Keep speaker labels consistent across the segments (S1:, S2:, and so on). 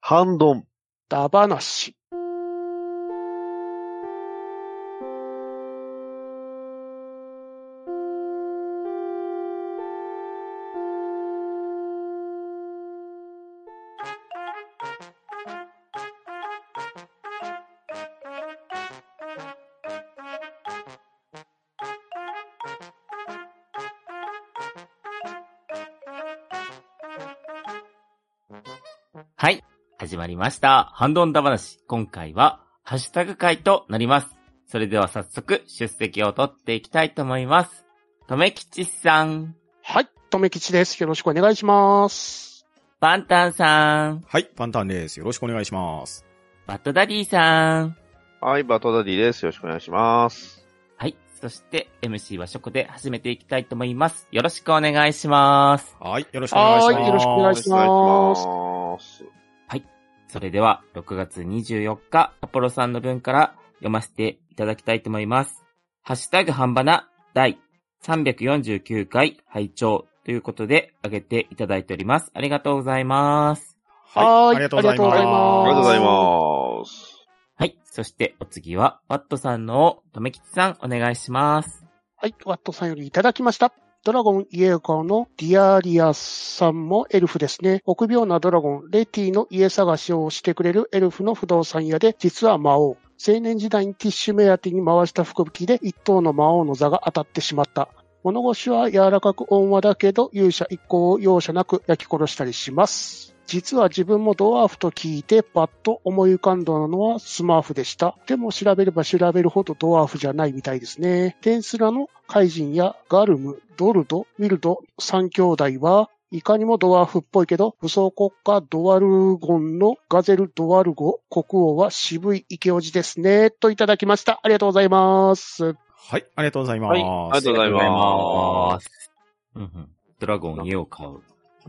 S1: 反論
S2: だばなし
S3: はい。始まりました。ハンドンダ話。今回は、ハッシュタグ会となります。それでは早速、出席を取っていきたいと思います。とめきちさん、
S2: はい、とめきちです。よろしくお願いします。
S3: パンタンさん、
S4: はい、パンタンです。よろしくお願いします。
S3: バットダディさん。
S1: はい、バトダディです。よろしくお願いします。
S3: はい。そして、MC はショコで始めていきたいと思います。よろしくお願いします。
S4: はい、よろしくお願いします。
S2: はいよろしくお願いします
S1: ます。
S3: それでは、6月24日、アポロさんの文から読ませていただきたいと思います。ハッシュタグ半ばな第349回拝聴ということで、上げていただいております。ありがとうございます。
S4: は、
S2: はいい
S4: ありがとうございます。
S1: ありがとうございます。
S3: はい。そして、お次は、ワットさんの、とめきちさん、お願いします。。
S2: はい、ワットさんよりいただきました。ドラゴンイエーガーのディアリアさんもエルフですね。臆病なドラゴン、レティの家探しをしてくれるエルフの不動産屋で、実は魔王。青年時代にティッシュ目当てに回した吹雪で一頭の魔王の座が当たってしまった。物腰は柔らかく温和だけど、勇者一行を容赦なく焼き殺したりします。実は自分もドワーフと聞いてパッと思い浮かんだのはスマーフでした。でも調べれば調べるほどドワーフじゃないみたいですね。テンスラの怪人やガルム、ドルド、ウィルド三兄弟はいかにもドワーフっぽいけど、武装国家ドワルゴンのガゼル・ドワルゴ国王は渋いイケオジですね。といただきました。ありがとうございます。
S4: はい、ありがとうございます。
S1: はいありがとうございます
S3: うんうん。ドラゴン、家を買う。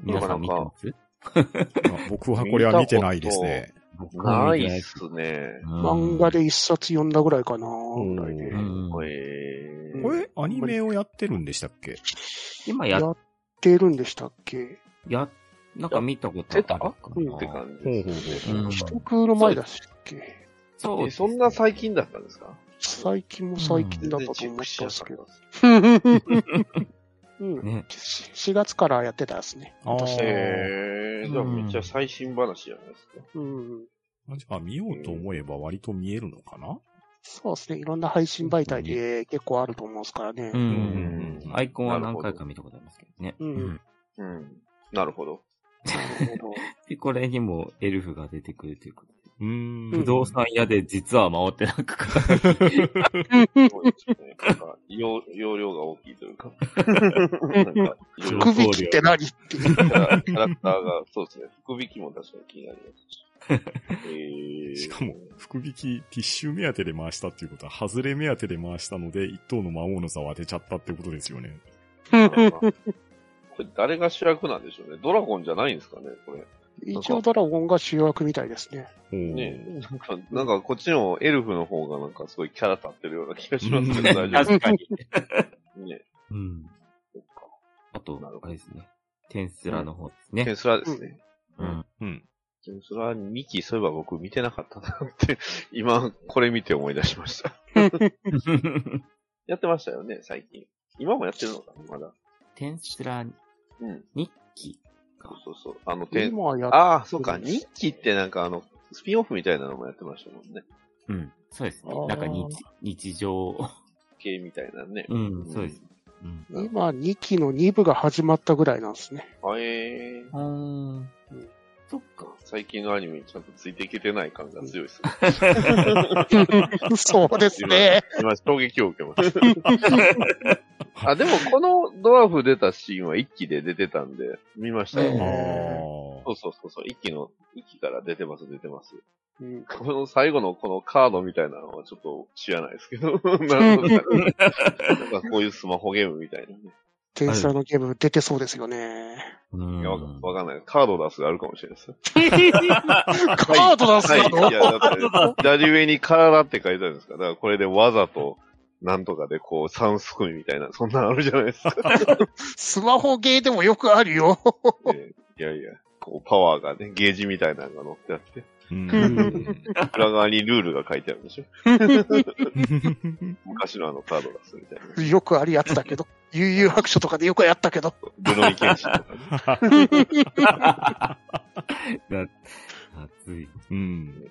S3: 皆さん見てます
S4: あ僕はこれは見てないですね。
S3: 僕は
S1: な
S3: 見
S1: い
S3: てない
S1: っ
S3: です
S1: すね。
S3: うん
S2: 漫画で一冊読んだぐらいかな。
S1: ぐらいで
S3: うん。
S1: え
S4: これ、アニメをやってるんでしたっけ
S3: 今や
S2: やってるんでしたっけ
S3: や、なんか見たことあ
S1: 出
S3: る
S1: た
S3: かな
S1: うんって感じです
S3: うん
S1: ね。
S2: 一空の前だっけ
S3: そう
S1: え
S3: です
S1: そんな最近だったんですか
S2: 最近も最近だったと
S1: 全然
S2: 思ったん
S1: チェッ
S2: で
S1: クしな
S2: す
S1: かった
S2: けど。
S1: です
S2: うん
S3: ね。
S2: 4月からやってたですね。
S4: あー
S1: えー、じゃあ
S3: うん
S1: めっちゃ最新話じゃないですか。
S2: うん。
S4: じゃあ見ようと思えば割と見えるのかな
S2: そうですね。いろんな配信媒体で結構あると思うんですからね
S3: う。
S4: ん
S3: ん。アイコンは何
S1: なる
S3: 回
S1: ほ
S3: か見たことありますけどね。
S2: うん
S3: うん
S1: うん。なるほど。
S2: なるほど
S3: で、これにもエルフが出てくるということで。
S4: うーん
S3: 不動産屋で実は回ってなんかか
S1: すごいですね。なんか、容容量が大きいというか。なんか、いろいろ
S2: 福引きって何っていう。
S1: キャラキャラクターが、そうですね。福引きも確かに気になりますし。えー、
S4: しかも、福引き、ティッシュ目当てで回したっていうことは、外れ目当てで回したので、一頭の魔王の座を当てちゃったってことですよね。
S1: これ誰が主役なんでしょうね。ドラゴンじゃないんですかね、これ。
S2: 一応ドラゴンが主役みたいですね。
S4: おー
S1: ねえなんか、なんかこっちのエルフの方がなんかすごいキャラ立ってるような気がしますけど、大丈夫
S3: 確かに。
S1: です ね。
S3: うん。
S1: そっか
S3: あと
S1: なるほ、ど
S3: あれですね。テンスラの方です
S1: テ
S3: ね。
S1: ンスラですね。
S3: うん。
S4: うん。
S1: テンスラ2期、そういえば僕見てなかったなって、 今、これ見て思い出しま した。やってましたよね、最近。今もやってるのかな、まだ。
S3: テンスラ
S1: うん。
S3: 日記。
S1: そうそうそう。あの、テン、
S2: 今やっ
S1: ああ、そうか、日記ってなんかあの、スピンオフみたいなのもやってましたもんね。
S3: うん。そうですね
S2: あ。ー
S3: なんか日、日常。
S1: 系みたいなね。
S3: うん、そうです。うん。
S2: 今2期の2部が始まったぐらいなんですね。
S1: あえー。
S3: うん。そっか。
S1: 最近のアニメにちゃんとついていけてない感が強いです。
S2: そうですね。
S1: 今、衝撃を受けました。 あ、でもこのドワーフ出たシーンは一期で出てたんで、見ましたよ。
S4: あ
S2: ね
S1: そうそうそうそう、一期の、一期から出てます、出てます。
S2: うん
S1: この最後のこのカードみたいなのはちょっと知らないです けど、なんかなんかこういうスマホゲームみたいなね。
S2: 天才のゲーム出てそうですよね。
S3: う
S1: い
S3: ん
S1: やわかわかんない。カード出すがあるかもしれないです。
S2: カード出す
S1: はい、
S2: の
S1: いや、だって、左上に体って書いてあるんですかだからこれでわざと、なんとかでこう、三すくみみたいな、そんなのあるじゃないですか。
S2: スマホゲーでもよくあるよ。
S1: ねいやいや、こう、パワーがね、ゲージみたいなのが載ってあって、
S4: うん。
S1: 裏側にルールが書いてあるんでしょ昔のあのカード出すみたいな。
S2: よくあるやつだけど。悠々白書とかでよくやったけど。
S1: ブノイ剣士とかね。
S3: 熱い。
S4: うん。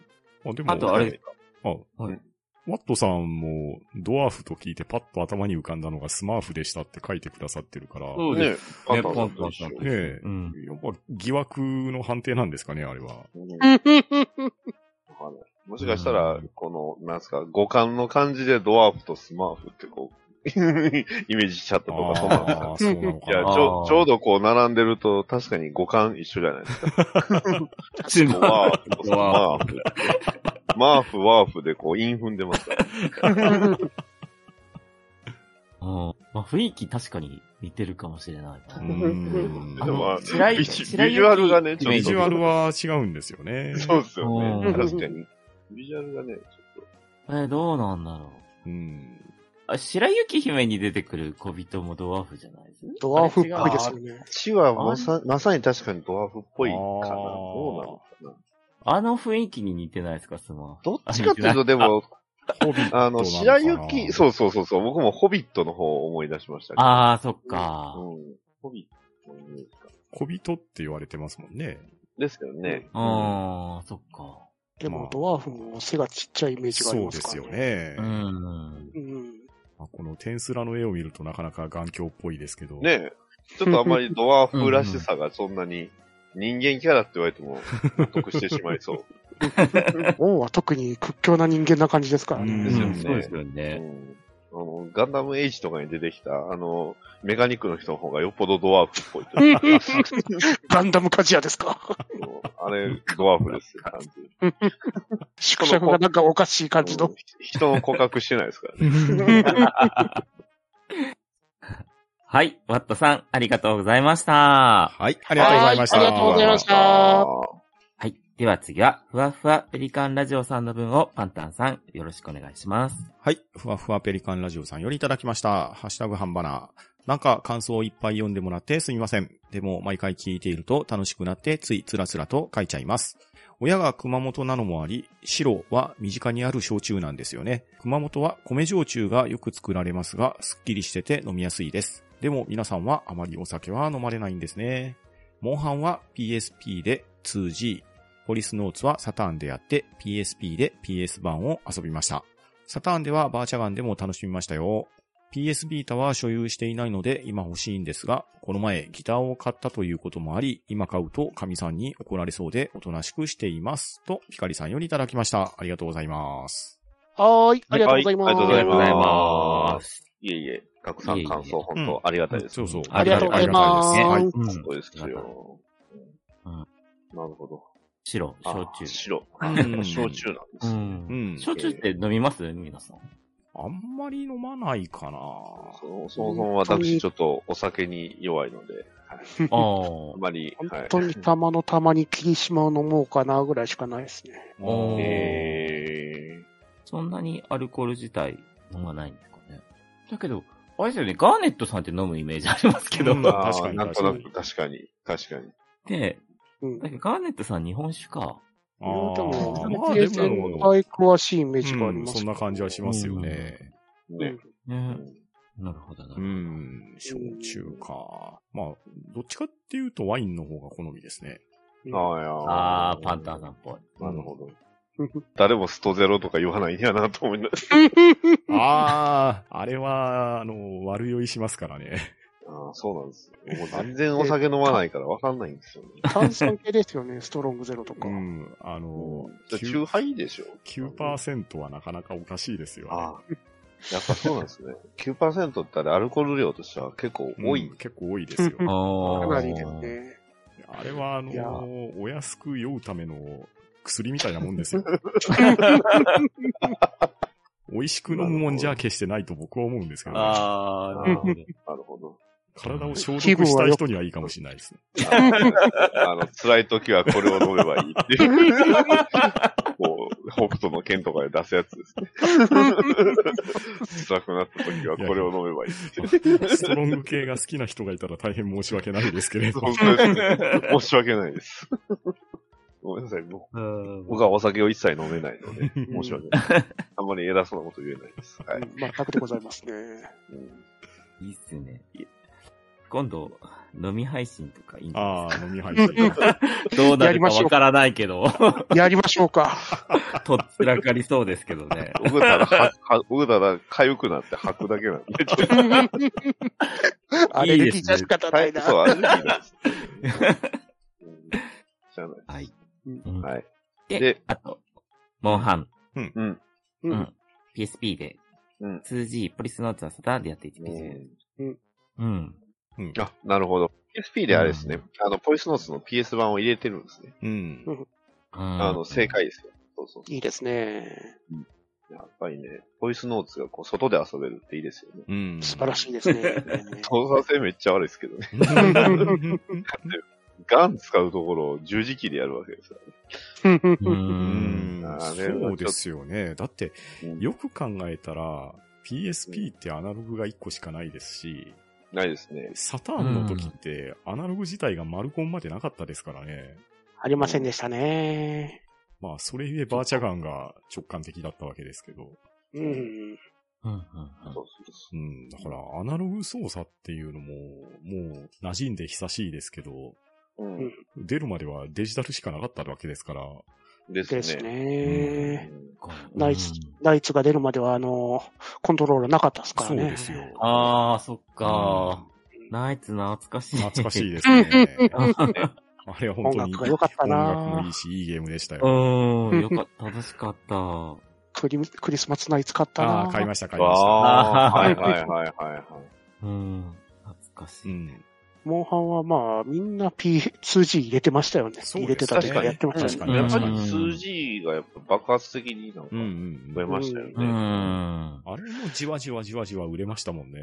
S4: あ、でも、
S3: あとあれです
S4: あ、
S3: はい
S4: ワットさんも、ドワーフと聞いてパッと頭に浮かんだのがスマーフでしたって書いてくださってるから、
S3: そ
S4: ね
S3: う
S1: ね
S3: で
S1: え、
S3: すね。
S1: パン
S3: ポ
S1: パ
S3: ン
S1: ン
S3: ポ
S1: と
S3: ン
S1: 一緒
S3: ポン。
S4: え
S3: うん。
S4: やっぱ疑惑の判定なんですかね、あれは。
S1: うん
S2: う
S1: わかんないもしかしたら、この、なんすか、五感の感じでドワーフとスマーフってこう、 イメージしちゃったとか、そうなんですか
S4: ああ、そうなの
S1: い
S4: か
S1: や、ち
S4: な。
S1: ょ、ちょうどこう並んでると、確かに五感一緒じゃないですか。
S3: ス
S1: こうワーフとスマーフ。マーフ、ワーフでこう、イン踏んでますから。
S2: ん
S3: うん。まあ、雰囲気確かに似てるかもしれない。
S4: うーん
S3: あ
S1: で
S3: の
S1: も
S3: 白い
S1: ビジ
S3: 白い
S1: ビジュアルがね、ちょっと。
S4: ビジュアルは違うんですよね。
S1: そうですよ
S3: う
S1: ね。
S3: ん
S1: 確かに。ビジュアルがね、ちょっ
S3: え、どうなんだろう。
S4: うん。
S3: あ、白雪姫に出てくる小人もドワーフじゃないです
S2: ドワーフっぽいですよね
S1: と。。血はまさ、まさに確かにドワーフっぽいかな。
S4: あー
S1: どうなのかな。
S3: あの雰囲気に似てないですか、スマ
S1: どっちかっていうと、でも、
S4: ホビット。
S1: あの、白雪、そううそうそうそう、僕もホビットの方を思い出しましたけど。
S3: ああ、そっか。
S1: うん。ホビットのイメージか
S4: 小人って言われてますもんね。
S1: ですよね。
S3: うーん、そっか。
S2: でも、ドワーフも背がちっちゃいイメージがあり
S4: そう
S2: ま
S4: ですす
S2: から
S4: よ。ね
S3: う。ん。
S2: うん。
S4: まあこのテンスラの絵を見るとなかなか眼鏡っぽいですけど。
S1: ねえ。ちょっとあんまりドワーフらしさがそんなに人間キャラって言われても納得してしまいそう。
S2: 王は特に屈強な人間な感じですから
S4: う
S2: ね。
S1: ですよ
S3: う
S1: ね
S3: んそうですよ
S1: う
S3: ね。
S1: んあの、ガンダムエイジとかに出てきた、あの、メカニックの人の方がよっぽどドワーフっぽいというか
S2: ガンダムカジアですか。
S1: あれ、ドワーフですよ、完全に
S2: 縮尺がなんかおかしい感じ
S1: う
S2: の
S1: ん。人の骨格してないですからね。
S3: はい、ワットさん、ありがとうございました。
S4: はい、 ありがとうございました。
S2: はいありがとうございました
S3: はい。では次は、ふわふわペリカンラジオさんの分をパンタンさん、よろしくお願いします。。
S4: はい。ふわふわペリカンラジオさんよりいただきました。ハッシュタグハンバナー。なんか感想をいっぱい読んでもらってすみません。でも毎回聞いていると楽しくなってついつらつらと書いちゃいます。親が熊本なのもあり、白は身近にある焼酎なんですよね。熊本は米焼酎がよく作られますが、すっきりしてて飲みやすいです。でも皆さんはあまりお酒は飲まれないんですね。モンハンは PSP で 2G、ポリスノーツはサターンでやって PSP で PS 版を遊びました。サターンではバーチャガンでも楽しみましたよ。PS ビータは所有していないので今欲しいんですが、この前ギターを買ったということもあり、今買うと神さんに怒られそうでおとなしくしています。と、ヒカリさんよりいただきました。ありがとうございます。
S2: はーい、ありがとうございます。
S1: はいありがとうございますいえいえ、たくさ
S3: いえ
S1: ん
S3: いえ
S1: 感想、本当ありがたいです。
S4: そうそう。
S3: ありがとうございます
S4: ありがたいで
S3: う
S1: そ
S3: ん。
S1: うですよ。
S3: うん
S1: なるほど。
S3: 白、
S1: あ
S3: 焼酎。。
S1: 白。あ
S4: うん
S1: 焼酎なんですね。
S4: うんん。
S3: 焼酎って飲みます皆さん。
S4: あんまり飲まないかな
S1: そもそも私ちょっとお酒に弱いので、
S3: あ
S1: あまり、は
S2: 本
S1: い。
S2: 当にたまのたまに霧島を飲もうかなぐらいしかないですね。
S3: おー
S1: え
S3: そんなにアルコール自体飲まないんですかね。だけど、あれですよね、ガーネットさんって飲むイメージありますけど。
S4: う
S1: ー、
S4: んま
S1: あ
S4: 確か
S1: ー
S4: に
S1: なんとなく確かに、確かに。
S3: で、
S2: うん。
S3: だけどガーネットさん日本酒か。
S4: あー
S2: でも、
S4: まあで
S2: 全体
S4: も、
S2: 詳しいイメージがあ
S4: う
S2: り
S4: ん
S2: ます。
S4: そんな感じはしますよね。
S1: ね。う
S3: ね。
S1: ん
S3: なるほどな。
S4: うん、焼酎か。まあ、どっちかっていうとワインの方が好みですね。
S1: あーいやー
S3: ああ、パンタンさんっぽい。
S1: なるほど。
S2: うん
S1: 誰もストゼロとか言わないんやなと思いなが
S4: ああ、あれは、あの、悪酔いしますからね。
S1: ら。ああ、そうなんですよ。も う全然お酒飲まないからわかんないんですよね。
S2: 炭酸系ですよ ね、ストロングゼロとか
S4: う。ん、あの、
S1: じゃあ、中杯でしょ
S4: 9%。9%はなかなかおかしいですよ、ね。
S1: ああ。やっぱそうなんですね。9%ってあれアルコール量としては結構
S4: うん
S1: 多い。
S4: 結構多いですよ。
S2: うん
S3: あ
S2: か
S3: あ。
S2: なりですね。
S4: あれは、あ
S2: いや
S4: の、お安く酔うための薬みたいなもんですよ。美味しく飲むもんじゃ決してないと僕は思うんですけど、ね、
S3: ああ、な
S1: な
S3: る
S1: る
S3: ほ
S1: ほ
S3: ど。
S1: なるほど。
S4: 体を消毒したい人にはいいかもしれないですね。
S1: あの、辛い時はこれを飲めばいいっていう。もう、北斗の剣とかで出すやつですね。辛くなった時はこれを飲めばいい。
S4: ストロング系が好きな人がいたら大変申し訳ないですけれど。
S1: 本当ですね。申し訳ないです。ごめんなさい。僕
S3: うん
S1: 僕はお酒を一切飲めないので、申し訳ない。あんまり偉そうなこと言えないです。はい。
S2: まあ、楽でございますね。
S1: うん
S3: いいっすね。今度、飲み配信とかいいんじゃない
S4: ああ、飲み配信。
S3: どうな
S2: や
S3: るか
S2: りましょう
S3: わからないけど、
S2: やりましょう か。
S3: とっつらかりそうですけどね。
S1: 僕たら、はは僕たら、痒くなって吐くだけなんで、ちょ っと
S2: アレルギーじゃ仕方ないな。
S1: そう、アレルギーなんです。うん知らない。
S3: はい。
S2: うん
S1: はい。
S3: で、
S1: で
S3: あと、モンハン、
S1: うん。
S2: うん
S3: うん PSP で、
S1: うん
S3: 2G、ポリスノーツはサターでやっていて、うん。
S4: うん
S1: あ、なるほど。PSP であれですね、あの、ポイスノーツの PS 版を入れてるんですね。
S4: うん。
S1: あ
S3: あ
S1: の、正。解ですよ。そうそうそ
S2: いいですね。
S1: う。やっぱりね、ポイスノーツがこう、外で遊べるっていいですよね。
S4: うん。
S2: 素晴らしい ですね。
S1: 操作性めっちゃ悪いですけどね。
S4: い。
S1: ガン使うところを十字キーでやるわけですよ。
S3: う。
S4: うんん
S1: あれはちょっと
S4: そうですよね。だって、
S1: うん
S4: よく考えたら、PSP ってアナログが1個しかないですし、
S1: ないですね。
S4: サターンの時って、アナログ自体がマルコンまでなかったですからね。
S2: ありませんでしたね。
S4: まあ、それゆえバーチャガンが直感的だったわけですけど。
S2: うん。
S3: うんうん
S1: そうそうそうう。
S4: ん、だから、アナログ操作っていうのも、もう、馴染んで久しいですけど、
S1: うん。
S4: 出るまではデジタルしかなかったわけですから。
S1: ですね。
S2: ですね。
S3: うん
S2: ナイスナイツが出るまでは、あの、コントローラーなかったですから
S4: そう
S2: ね。
S4: ですよ。
S3: ああ、そっか
S4: う。
S3: ナイツ懐かしい。
S4: 懐かしい
S3: い。
S4: ですね。
S3: う
S4: あれは本
S2: 音
S4: 当に
S2: 楽が良かった
S4: 音楽もい
S2: ない
S4: し、いいゲーム でしたよ。
S3: ん。よかった。楽しかった。
S2: クリクリスマスナイツ買った
S4: あ
S2: な
S4: あ、買いました、買いました。
S1: ああ、は
S3: 買
S1: い
S3: い
S1: はい
S3: ま
S1: はいはいはい。
S3: うん。懐かし
S4: う
S3: い。
S4: ん。
S2: モンハンはまあ、みんな P2G 入れてましたよね。
S4: そうですね
S2: 入れてたというかやってました ね。
S4: 確かに
S1: やっぱ
S3: うん
S1: り数字がやっぱ爆発的になんか
S4: うん
S1: 増
S4: うんう
S1: え
S4: ん。
S1: ましたよね。
S3: うん。あ
S4: あれもじわじわじわじわ売れましたもんね。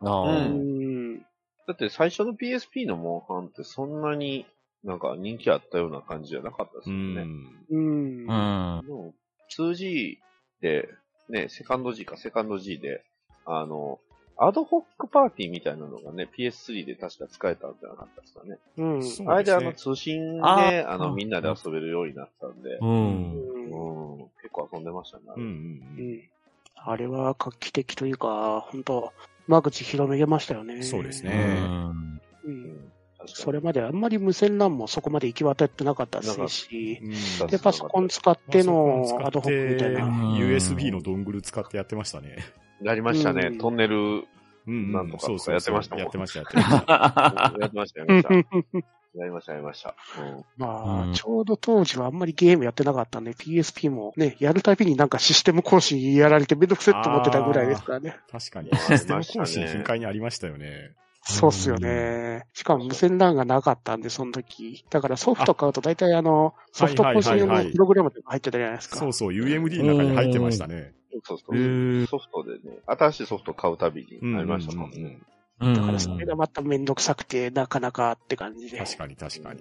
S1: う
S3: あ。
S2: うん。
S1: だって最初の PSP のモンハンってそんなになんか人気あったような感じじゃなかったです
S4: う
S1: よね。
S2: う
S4: ん。
S3: う
S2: ん。うん
S3: ん。
S1: でも数字で、ね、セカンド G かセカンド G で、あの、アドホックパーティーみたいなのがね、PS3 で確か使えたんじゃなかったですかね。
S2: うん。
S4: そう
S1: あれであ
S4: す
S1: の
S4: ね
S1: 通信で、
S3: あ
S1: あ
S3: ー
S1: の
S3: うん
S1: みんなで遊べるようになったんで、
S3: うん。
S1: うん、結構遊んでましたね。
S4: うん
S2: う
S4: うん
S2: んあれは画期的というか、本当間口広めげましたよ
S4: う
S2: ね。
S4: ん。そうです
S3: う
S4: ね。
S3: ん。
S2: うん。
S1: 確かに
S2: それまであんまり無線 LAN もそこまで行き渡ってなかった
S1: なかっ
S2: で
S1: た
S2: すし、
S4: うん
S1: そう
S2: で、パソコン使ってのアドホックみたい
S4: パソ
S2: な。
S4: コン使っ
S3: う
S4: て
S3: ん
S4: USB のドングル使ってやってましたね。
S1: やりましたね。
S2: うん
S1: トンネル、
S4: うんうん
S1: なんとか
S4: そうそうそう
S1: やってましたもん
S4: やってました、やって ました。
S1: やりました、やりました。やりました、やりました。うん
S2: ま
S3: う
S2: あ、
S3: ん
S2: ちょうど当時はあんまりゲームやってなかったんで、PSP もね、やるたびになんかシステム更新やられてめんどくせえと思ってたぐらいですからね。
S4: 確かに。
S1: や
S4: システ
S1: あり
S4: ム
S1: ました
S4: 更
S1: ね
S4: 新頻回にありましたよね。
S2: そうっすよね。しかも無線 LAN がなかったんで、その時。だからソフト買うと大体あの、ソフト更新用
S4: はいはいはい
S2: の
S4: はい
S2: プログラムとか入ってたじゃないですか。
S4: そうそう、UMD の中に入ってましたね。
S1: そうそ
S3: へ
S1: う。
S3: ー
S1: ソフトでね、新しいソフト買うたびにありましたもん
S4: うんう
S1: ね
S4: ん。
S3: うん。
S2: だからそれがまためんどくさくて、なかなかって感じで。
S4: 確かに、確かに。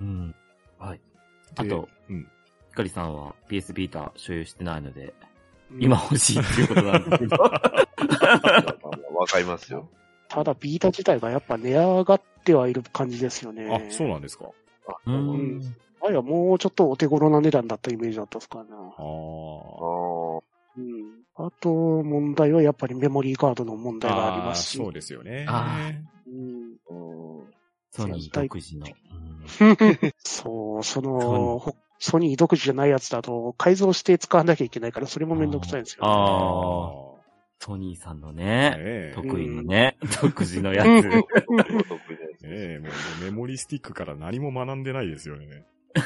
S3: うん。はい。あ
S4: で
S3: と、、
S4: うん。
S3: ひかりさんは PS ビータ所有してないので、
S2: うん
S3: 今欲しいっていうことなんですけど。
S1: まあまあわかりますよ。
S2: ただビータ自体がやっぱ値上がってはいる感じですよね。
S4: あ、そうなんですか。
S1: あ
S3: う
S1: なるほど
S3: ん。
S2: 前はもうちょっとお手頃な値段だったイメージだったですからな。
S4: ああ。
S2: うん。あと、問題はやっぱりメモリーカードの問題がありますし。
S4: ーそうですよね。
S3: あ
S2: うん
S1: あーうん
S3: ソニー独自の。
S2: そう、そ
S3: そ
S2: の、ほソニー独自じゃないやつだと改造して使わなきゃいけないから、それもめんどくさいんですよ、
S3: あ
S4: あ
S3: あー、ソニーさんの
S4: ね
S3: ね、
S4: え
S3: 得意のね、独自のや
S2: う
S3: つ。
S1: 得意です
S4: ねえもうもうメモリスティックから何も学んでないですよね。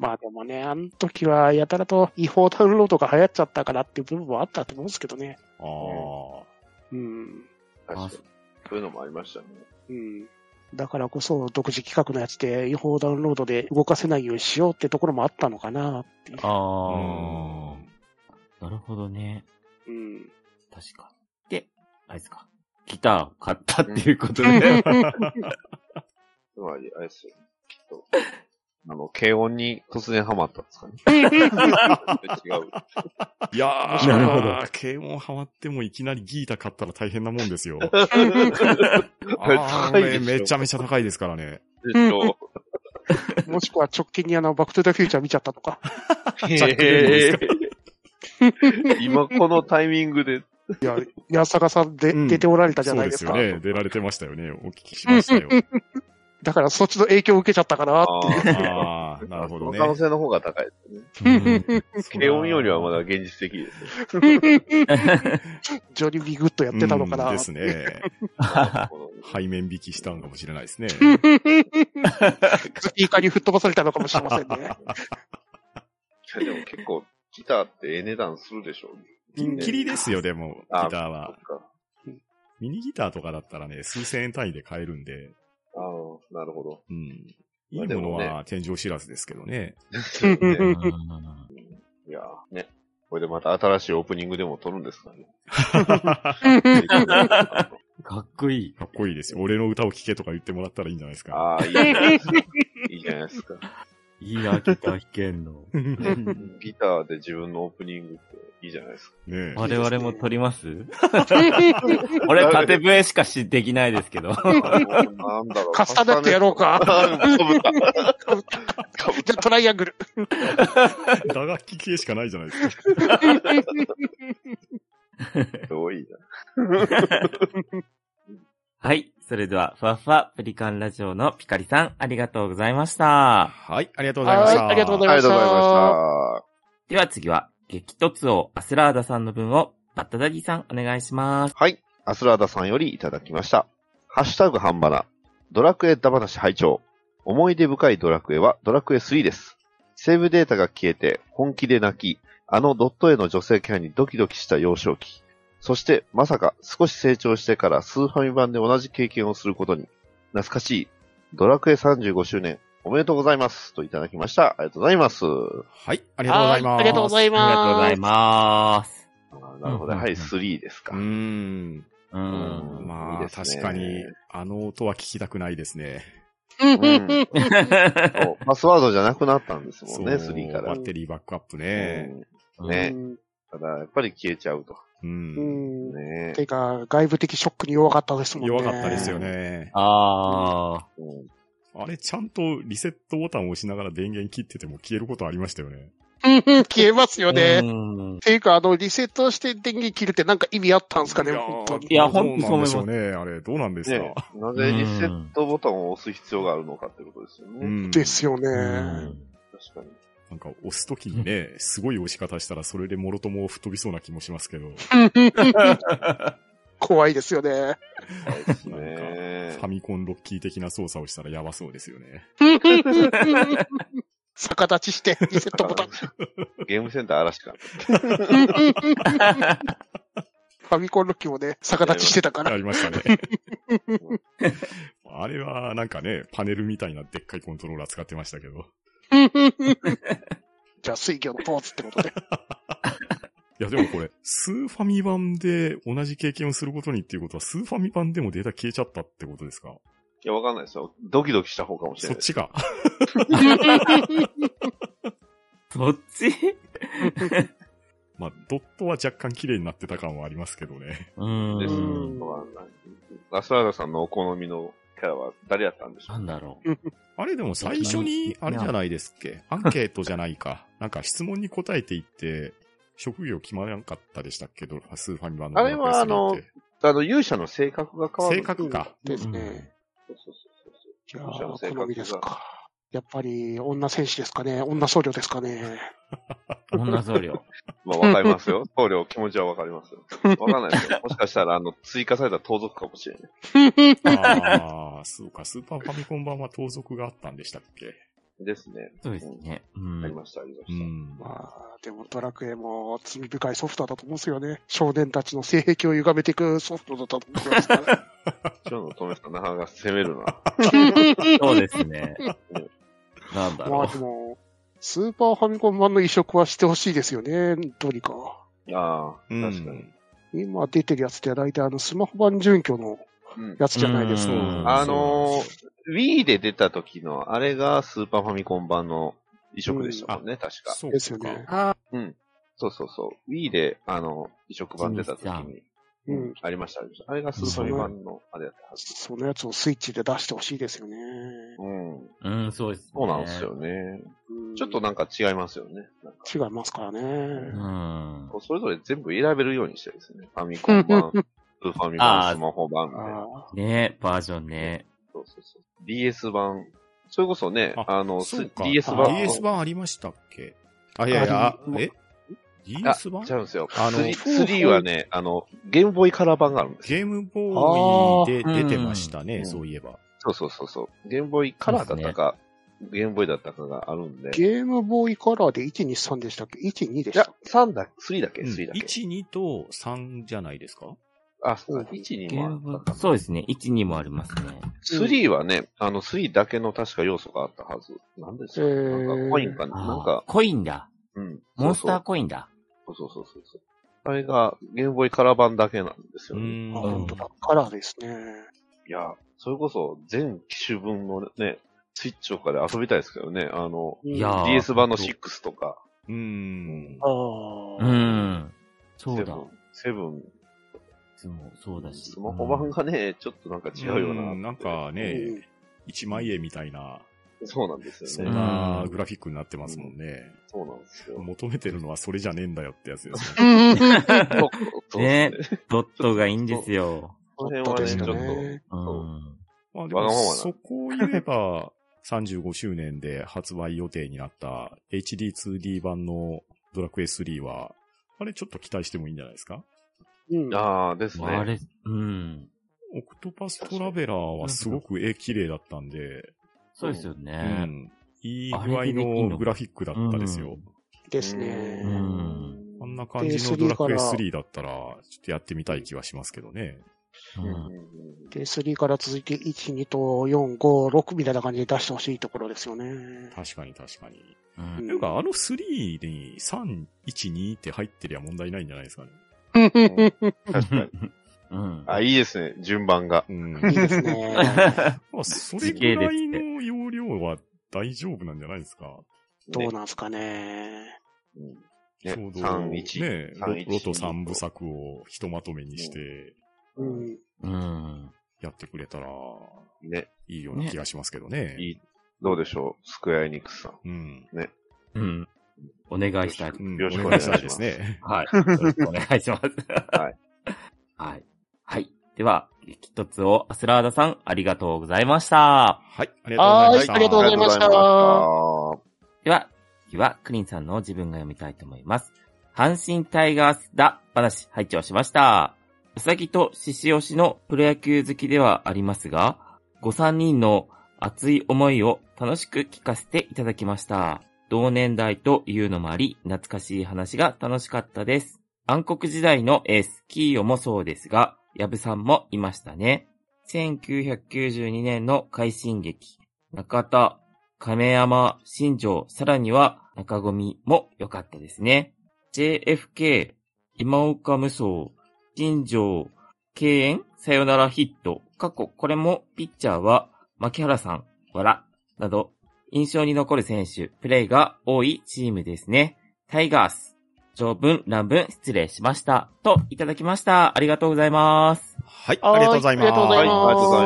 S2: まあでもね、あの時はやたらと違法ダウンロードが流行っちゃったからっていう部分もあったと思うんですけどね。
S4: ああ。
S2: うん。
S1: 確かにそういうのもありましたね。
S2: うん。だからこそ独自企画のやつで違法ダウンロードで動かせないようにしようってところもあったのかなっていう。
S3: ああ
S4: うん、
S3: なるほどね。
S2: うん。
S3: 確か。で、あれですか。ギターを買ったっていうことで。
S1: つまり、あれですよ。きっと、あの、軽音に突然ハマったんですかね。違う。
S4: いやー、
S5: なるほど
S4: 軽音ハマってもいきなりギータ買ったら大変なもんですよ。あ
S1: 高いでし
S4: れ
S1: ょ
S4: めちゃめちゃ高いですからね。
S1: でしょ。
S2: もしくは直近にあの、バックトゥザフューチャー見ちゃったとか。
S1: へー 今このタイミングで、
S2: いや、矢坂さんで、
S4: うん
S2: 出ておられたじゃ
S4: そ
S2: な
S4: う
S2: い
S4: で
S2: ですすか。
S4: よね。出られてましたよね。お聞きしましたよ。
S2: だからそっちの影響を受けちゃったかな。
S1: あー
S4: ああ、なるほ
S1: そ
S4: ど
S1: の
S4: ね。
S1: 可能性の方が高いですね。 軽音よりはまだ現実的ですね。
S2: ジョニービグッとやってたのかな。
S4: うんですね。
S1: この
S4: 背面引きしたんかもしれないですね。
S2: スピーカーに吹っ飛ばされたのかもしれませんね。
S1: いやでも結構、ギターってええ値段するでしょうね。
S4: ピンキリですよ、でも、ギ
S1: あ
S4: ター
S1: そ
S4: は
S1: っ。か。
S4: ミニギターとかだったらね、数千円単位で買えるんで、
S1: ああ、なるほど。
S4: うん。い
S1: まあ
S4: い
S1: で
S4: もの
S1: もね
S4: は天井知らずですけど ね。
S1: ねいやーね。これでまた新しいオープニングでも撮るんですかね。
S4: か
S3: かっこいい。
S4: っこいいですよ。俺の歌を聴けとか言ってもらったらいいんじゃないですか。
S1: ああ、いいじゃないですか。いいじゃないですか。
S3: いいな、ギター弾けんの。
S1: ギターで自分のオープニングっていいじゃないですか。
S4: ね
S3: 我々も撮ります俺、縦笛しかしできないですけど。
S1: なんだろう。
S2: カスタネットやろうか。
S1: あかぶった。かぶっ
S2: じゃあトライアングル。
S4: え。打楽器系しかないじゃないですか。
S1: た。多いな。
S3: はい。それでは、ふわふわペリカンラジオのピカリさん、ありがとうございました。
S4: はい、 ありがとうございま
S2: は
S4: し
S2: い、
S4: た。
S2: ありがとうご
S1: あ
S2: ざい
S1: りがと
S2: まし。
S1: うございましたた。
S3: では次は、激突王、アスラーダさんの分を、バッタダディさん、お願いします。
S1: はい。アスラーダさんよりいただきました。ハッシュタグ半ばな。ドラクエダバナシ拝聴。思い出深いドラクエはドラクエ3です。セーブデータが消えて本気で泣き、あのドット絵の女性キャラにドキドキした幼少期。そしてまさか少し成長してからスーファミ版で同じ経験をすることに。懐かしい。ドラクエ35周年おめでとうございます。といただきました。ありがとうございます。
S4: はい、ありがとうございます。
S2: ありがとうござい
S3: ありがとうござい
S2: ま
S3: ます。
S1: あなるほど。やはり3ですか。
S4: うーん。
S1: う
S3: う
S1: ん
S3: ん。
S4: まあ、
S1: いいですね
S4: 確かに、あの音は聞きたくないですね。
S1: うんそうパスワードじゃなくなったんですもんね、
S4: そう
S1: 3から
S4: バ。ッテリーバックアップね。
S1: うん
S2: す。
S1: ね。ただ、やっぱり消えちゃうと。
S4: う。
S2: うんん。うん
S1: ね
S2: てか、外部的ショックに弱かったですもんね。
S4: 弱かったですよ。ね。
S3: あー。
S1: うん
S4: あれ、ちゃんとリセットボタンを押しながら電源切ってても消えることありましたよね。
S2: うん、 消えますよね。
S3: うん
S2: ていうか、あの、リセットして電源切るってなんか意味あったんですかね、
S4: いやー
S2: 本当に。
S3: いや本当
S4: どうなんでしょうね。あれ、どうなんです
S1: ね
S4: か。
S1: なぜリセットボタンを押す必要があるのかってことですよ
S4: う
S1: ね。
S4: ん
S2: ですよね。
S3: うん
S1: 確かに。
S4: なんか押すときにね、すごい押し方したらそれでもろとも吹っ飛びそうな気もしますけど、
S2: 怖いですよ ね。
S1: はいですね
S4: ファミコンロッキー的な操作をしたらやばそうですよね。
S2: 逆立ちして、リセットボ タン。
S1: ゲームセンター嵐か。
S2: ファミコンの時もね、逆立ちしてたか
S4: あ
S2: ら。
S4: りました ね。あれはなんかね、パネルみたいなでっかいコントローラー使ってましたけど。
S2: じゃあ、水魚のポーズって ことで。
S4: いやでもこれ、スーファミ版で同じ経験をすることにっていうことは、スーファミ版でもデータ消えちゃったってことですか
S1: いや、わかんないですよ。ドキドキした方かもしれ
S4: そ
S1: な
S4: っ
S1: いです。
S4: ちか。
S3: そっち
S4: まあ、ドットは若干綺麗になってた感はありますけどね。
S3: うん
S1: です
S2: う
S1: ね。
S2: ん
S1: わかんない。ラスラーダさんのお好みのキャラは誰やったんでしょ
S3: な
S1: うん
S3: だろ
S4: あれでも最初に、あれじゃないですっけ。アンケートじゃな いか。なんか質問に答えていって、職業決まらなかったでしたっけど、スーファミ版の。
S1: あれはあのあの、勇者の性格が変わる。
S4: 性格か。
S2: です
S3: う。
S2: ね。
S1: そうそうそうそう。
S2: じゃ
S1: ん
S2: あ、好みですか。やっぱり、女戦士ですかね。女僧侶ですかね。
S3: うん女僧侶。
S1: まあ、わかりますよ。僧侶、気持ちはわかりますよ。わかんないですよ。もしかしたら、あの、追加された盗賊かもしれない。
S4: ああ、そうか、スーパーファミコン版は盗賊があったんでしたっけ。
S1: ですね。
S3: そうですね。う
S1: あり
S3: ん。
S1: ました、ありま
S4: う
S1: した。
S4: ん。
S2: まあ、でもドラクエも罪深いソフトだと思うんですよね。少年たちの性癖を歪めていくソフトだったと思いますから。
S1: 今日のトメさん、なかなか攻めるな。
S3: そうですね。なんだ
S2: ま
S3: ろ
S2: あでも、スーパーファミコン版の移植はしてほしいですよね。どうにか。
S1: ああ、
S4: うん
S1: 確かに。。
S2: 今出てるやつって大体あのスマホ版準拠の
S1: うん
S2: やつじゃないですか。
S3: うん
S1: あのー、Wii で出た時の、あれがスーパーファミコン版の移植でしたもんね、確か。
S4: そう
S2: ですよね。
S3: あ
S1: うん。そうそうそう。Wii で、あの、移植版出た時に、
S2: う
S1: うんん、ありました、ありました。あれがスーパーファミ版の、あれだったはず。
S2: そのやつをスイッチで出してほしいですよね。
S1: うん。
S3: うん、そうです、ね。
S1: そうなんですよ。ね。
S2: うん
S1: ちょっとなんか違いますよね。なんか
S2: 違いますから
S3: う
S2: ね。
S3: ん。
S1: それぞれ全部選べるようにしてるんですね。ファミコン 版、スーファミ
S3: あ
S1: 版、
S3: ー
S1: スマホ版みたいな。
S2: あ
S3: ねバージョンね。
S1: そうそうそう。DS 版。それこそね、
S4: あ
S1: あの、
S4: そう
S1: す
S4: か
S1: DS
S2: あ
S1: 版。
S4: DS 版ありましたっけあ、いやいや、
S2: あ
S4: え
S1: あ、
S4: ?DS 版
S1: 違うんですよ。
S4: あの
S1: 3, 3はね、あの、ゲームボーイカラー版があるんですよ。
S4: ゲームボーイ
S3: あー
S4: で出てました
S1: う
S4: ね、
S1: ん
S4: そういえば。
S1: そうそうそうそう。ゲームボーイカラーだったか、ゲームボーイだったかがあるんで
S2: ー。ゲームボーイカラーで1、2、3でしたっけ ?1、2で
S1: い
S2: した
S1: や
S2: っ、
S1: 3だ、3だっけ、
S4: うん
S1: 3だっけ。
S4: 1、2と3じゃないですか
S1: あ、そうだ、
S2: うん
S1: 1、
S3: ゲ
S1: 2
S3: ー
S1: もあ
S3: ム
S1: っ
S3: ボ
S1: た
S3: ー
S1: か
S3: イそうですね。1、2もありますね。
S1: 3はね、あの、3だけの確か要素があったはず。なんですか、
S2: へー
S1: なんかコインかな、なん
S3: あ
S1: か、
S3: ーコインだ。
S1: うん。
S3: モンスターコインだ。
S1: そうそうそうそうそう。あれが、ゲームボーイカラー版だけなんです
S4: う
S1: よね。
S2: け
S4: ん
S2: あ、。本当だ。カラーですね。
S1: いや、それこそ全機種分のね、スイッチとかで遊びたいですけどね、あの、
S2: うん
S3: いやー
S1: DS 版の6とか、
S4: うん。
S2: あ
S3: う
S2: あ。
S3: ん。そうだ。
S1: セブン、
S3: そうそうだし。
S1: スマホ版がね、ちょっとなんか違うよな。
S4: んなんか
S2: う
S4: ね、
S2: ん
S4: 一枚絵みたいな、
S1: そうなんです
S4: そ
S1: よ
S4: ん
S1: ね。
S4: なグラフィックになってますもん ね。
S1: そうなんですよ。
S4: 求めてるのはそれじゃねえんだよってやつです
S2: う
S4: ね。
S2: ん。ち
S1: そうですね。
S3: ドットがいいんですよ。
S1: この
S2: ょっと
S1: 辺は
S2: です
S1: ね、ちょっと。
S2: ね。
S3: う。
S1: そうん
S4: まあで
S1: わがまま
S4: も、
S1: だ
S4: そこを言えば、35周年で発売予定になった HD2D 版のドラクエ3は、あれちょっと期待してもいいんじゃないですか
S2: うん。
S1: ああ、ですね。
S3: あれ、うん。
S4: オクトパストラベラーはすごく絵綺麗だったんで、
S3: そうですよ
S4: う
S3: ね。
S4: ん。いい具合のグラフィックだったですよ。
S2: です
S3: う
S2: ね。
S3: ん。
S4: あんな感じのドラクエ3だったら、ちょっとやってみたい気はしますけどね。
S3: う
S1: うんうん
S3: ん。
S2: で、3から続いて、1、2と、4、5、6みたいな感じで出してほしいところですよね。
S4: 確かに確かに。
S3: う
S2: うん
S3: ん
S4: というか、あの3に3、1、2って入ってりゃ問題ないんじゃないですかね。
S1: 確かに。
S3: う ん。
S1: あ、いいですね、順番が。
S4: うん。
S2: いいですね。
S4: まあ、それぐらいの容量は大丈夫なんじゃないですか。
S2: どうなんすかね。
S1: うん
S4: ち
S1: ね
S4: ょうど、
S1: 3、
S4: ね
S1: 1、、
S4: ロ
S1: 3 1
S4: ロト3部作をひとまとめにして
S2: うん。
S3: うん。
S4: やってくれたら、
S1: ね、
S4: いいような気がしますけどね。
S1: いい。どうでしょう、スクエアエニックスさん。
S4: うん。
S3: うん。お願いしたい。
S4: うん
S1: よろしく
S4: お
S1: お願
S4: 願い
S1: い
S4: し
S1: したま
S4: い
S1: す
S4: ですね。
S3: はい。 よろしくお願いします。
S1: はい。
S3: はい。はい。では、激突を、アスラーダさん、ありがとうございました。
S4: はい。ありがとうございました。
S2: はいありがとうございました
S1: ありがとうございました
S3: では、次は、クリンさんの自分が読みたいと思います。阪神タイガースだ話、拝聴しました。うさぎと獅子推しのプロ野球好きではありますが、ご3人の熱い思いを楽しく聞かせていただきました。同年代というのもあり、懐かしい話が楽しかったです。暗黒時代のエース、キーヨもそうですが、ヤブさんもいましたね。1992年の快進撃、中田、亀山、新庄、さらには中込も良かったですね。JFK、今岡無双、新庄、敬遠、さよならヒット、過去これもピッチャーは牧原さん、わら、など、印象に残る選手、プレイが多いチームですね。タイガース、長文、乱文、失礼しました。と、いただきました。ありがとうございます。
S4: はい。ありがとうございます。
S2: ありがとうございます
S1: はいありがとうご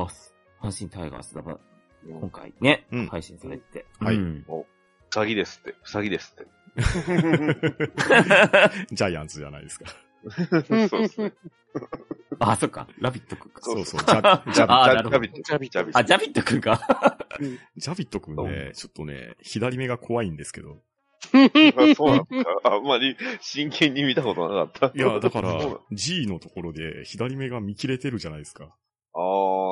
S1: ざいます
S3: 阪神タイガースだから、今回ね、
S4: うん
S3: 配信されて。
S4: はい
S3: うん
S1: うさぎですって、うさぎですって。
S4: ジャイアンツじゃないですか。
S1: そうですね。
S3: あ、そっか。ラビットくんか。
S4: そうそう。ジ ャジャ
S3: あー
S1: ジャ
S3: なる
S1: ジ
S3: ほど
S1: ャビット
S2: ジャビット
S1: ジャビット
S3: あ、ジャビットくんか。
S4: ジャビット君ね、ちょっとね、左目が怖いんですけど。
S1: あそうなんですかあんまり真剣に見たことなかった。
S4: いや、だか
S1: あ
S4: ら、G のところで左目が見切れてるじゃないですか。
S1: あ、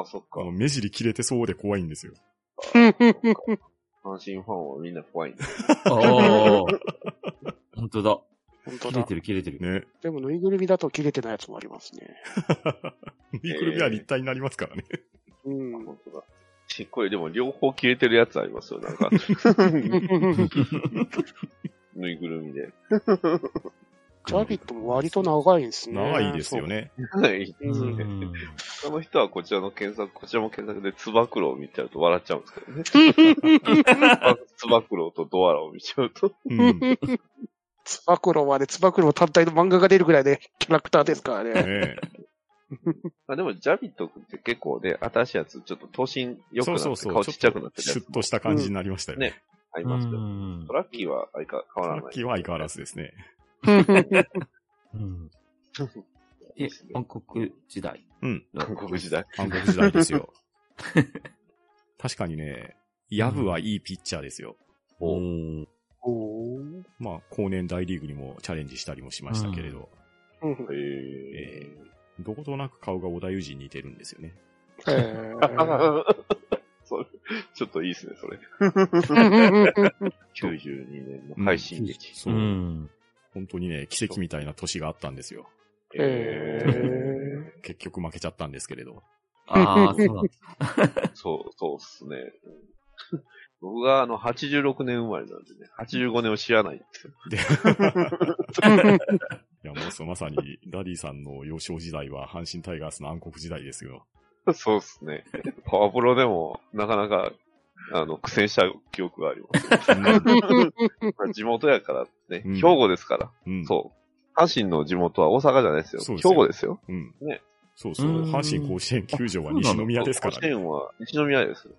S1: そっ
S4: あ
S1: か。
S4: の目尻切れてそうで怖いんですよ。
S1: 阪神ファンはみんな怖いんだ。
S3: おー。本当だ。
S2: 本当
S3: 切れ
S2: だ
S3: て。る切れてる。
S4: ね。
S2: でも、ぬいぐるみだと切れてないやつもありますね。
S4: ぬいぐるみは立体になりますからね。
S2: うん。
S1: 本当だ。これでも両方消えてるやつありますよ、なん か。ぬいぐるみで。
S2: ジャビットも割と長いんですね。
S4: 長いですよね。
S1: はい。
S2: そう。う
S3: うんん
S1: 他の人はこちらの検索、こちらも検索でつば九郎を見ちゃうと笑っちゃうんですけ どね。つば九郎とドアラを見ちゃうと。
S4: うん。ね
S2: つば九郎はね、つば九郎単体の漫画が出るぐらいで、キャラクターですからね。
S4: え
S1: まあでも、ジャビット君って結構ね、新しいやつ、ちょっと頭身良くなって、
S4: そうそうそう。
S1: 顔ちっちゃくなってるや
S4: シュ
S1: つ
S4: ッとした感じになりましたよね。
S1: あり
S3: う
S1: ますけど、
S3: ん
S1: トラッキーは相変変わら
S4: ラ
S1: ない。
S4: ッキーは相変わ らずですね。
S3: うん
S1: で
S3: で、
S1: すね
S3: 暗黒時代。
S4: うん。
S1: 韓国時代。
S4: 韓国時代ですよ。確かにね、ヤブはいいピッチャーですよ。
S1: お
S3: うん
S2: おー
S4: まあ、後年大リーグにもチャレンジしたりもしましたけれど、
S2: うん
S1: え
S4: どことなく顔が小田裕二に似てるんですよね。
S2: え ー
S1: それ、ちょっといいですね、それ。92年の配信劇。
S4: そう。本当にね、奇跡みたいな年があったんですよ。
S2: えー
S4: 結局負けちゃったんですけれど。
S3: ああ、そうなんだ。
S1: そう、そうっすね。僕があの、86年生まれなんでね、85年を知らないんですよ。
S4: でいや、もうそう、まさに、 ダディさんの幼少時代は阪神タイガースの暗黒時代です よ。
S1: そうっすね。パワプロでも、なかなか、あの、苦戦した記憶があります。まあ地元やからね、
S4: うん
S1: 兵庫ですから。
S4: うん。
S1: そう。阪神の地元は大阪じゃないですよ。
S4: そうですよ
S1: 兵庫ですよ。
S4: う。うん。
S1: ね
S4: そうそう。
S3: うん
S4: 阪神甲子園球場は西宮ですから
S1: 甲子
S4: ね。
S1: 園は西宮です、ね。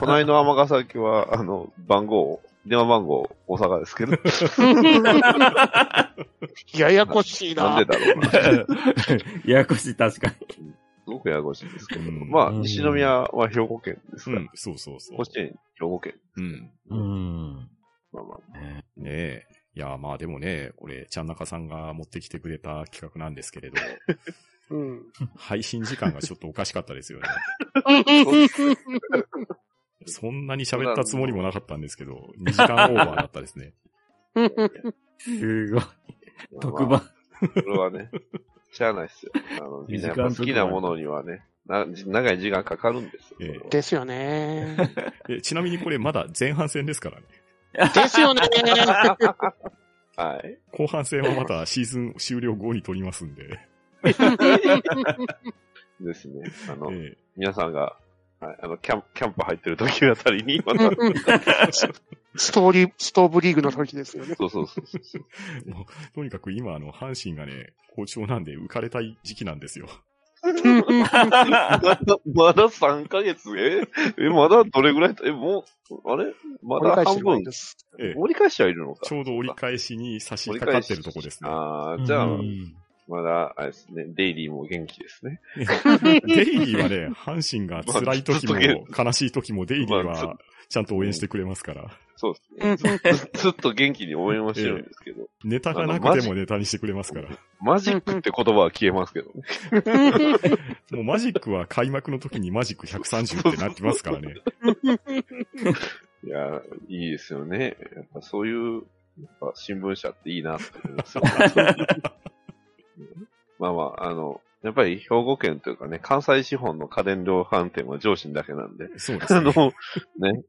S1: この間の尼崎は、あ の、番号、電話番号、大阪ですけど。
S2: ややこしいな。
S1: なんでだろうな。す
S3: ややこしい、確かに。
S1: ごくややこしいんですけど。
S4: うん
S1: まあ、西宮は兵庫県です
S4: う
S1: から
S4: ん。。そうそうそう
S1: 甲。子園、兵庫県。
S4: うん。
S3: うん。
S1: まあまあ。
S4: ねえ。いや、まあでもね、これ、ちゃんなかさんが持ってきてくれた企画なんですけれど、
S2: うん。
S4: 配信時間がちょっとおかしかったですよね。そんなに喋ったつもりもなかったんですけど、2時間オーバーだった ですね。
S3: すごい。
S1: まあ
S3: 特番。
S1: それは ね、しゃあないっすよ。あの、みんなやっぱ好きなものにはね、な長い時間かかるんですよ。
S4: ええ
S2: ですよね。
S4: えちなみにこれまだ前半戦ですからね。
S2: ですよね。
S1: はい。
S4: 後半戦はまたシーズン終了後に撮りますんで。
S1: ですね。あの、
S4: ええ
S1: 皆さんが、はい、あの、キャンプ、キャンプ入ってる時あたり に、また、
S2: ストーリー、ストーブリーグの時ですよね。
S1: そうそう そうそうそう。
S4: とにかく今、あの、阪神がね、好調なんで浮かれたい時期なんですよ。
S1: まだ、まだ3ヶ月ええ、まだどれぐらいえ、もう、あれま
S2: 折り
S1: だ
S2: 返し
S1: 半
S2: てもい
S1: 分
S2: い。です。
S4: ええ
S1: 折り返してはいるのか
S4: ち。ょうど折り返しに差し掛かってるとこですね。
S1: ああ、じゃあ、
S3: うん
S1: まだ、あれですね、デイリーも元気ですね。
S4: デイリーはね、阪神が辛い時も
S1: まあずっと
S4: 悲しい時もデイリー
S1: まあずっと
S4: はちゃんと応援してくれますから、
S1: そうですね。ずっと ずっと元気に応援はしてるんですけど、
S4: ネタがなくてもネタにしてくれますから。
S1: マジックって言葉は消えますけどね。
S4: もうマジックは開幕の時にマジック130ってなってますからね。
S1: いや、いいですよね。やっぱそういう、やっぱ新聞社っていいなって思いますよ。 まあまあ、あの、やっぱり兵庫県というかね、関西資本の家電量販店は上信だけなんで、
S4: そうです
S1: あの、
S4: ね。
S1: ね、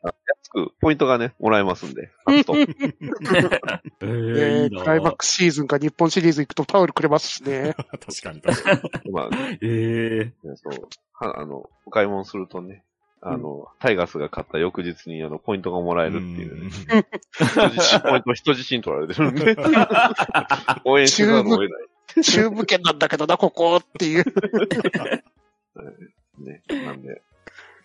S1: あ安くポイントがね、もらえますんで、買うと。
S3: え
S2: え
S3: ーい
S2: ー
S3: いな
S2: クライマックスシーズンか日本シリーズ行くとタオルくれますしね。
S4: 確かに確かに。
S1: まあ、ね、
S3: えー
S1: そう、はあの、お買い物するとね、あの、タイガースが買った翌日に、あの、ポイントがもらえるって いう、ね、
S4: うん
S1: 人質ポイント人質に取られてるんで、応援せざるを得ない。
S2: 中部圏なんだけどな、ここっていう。
S1: ね。なんで、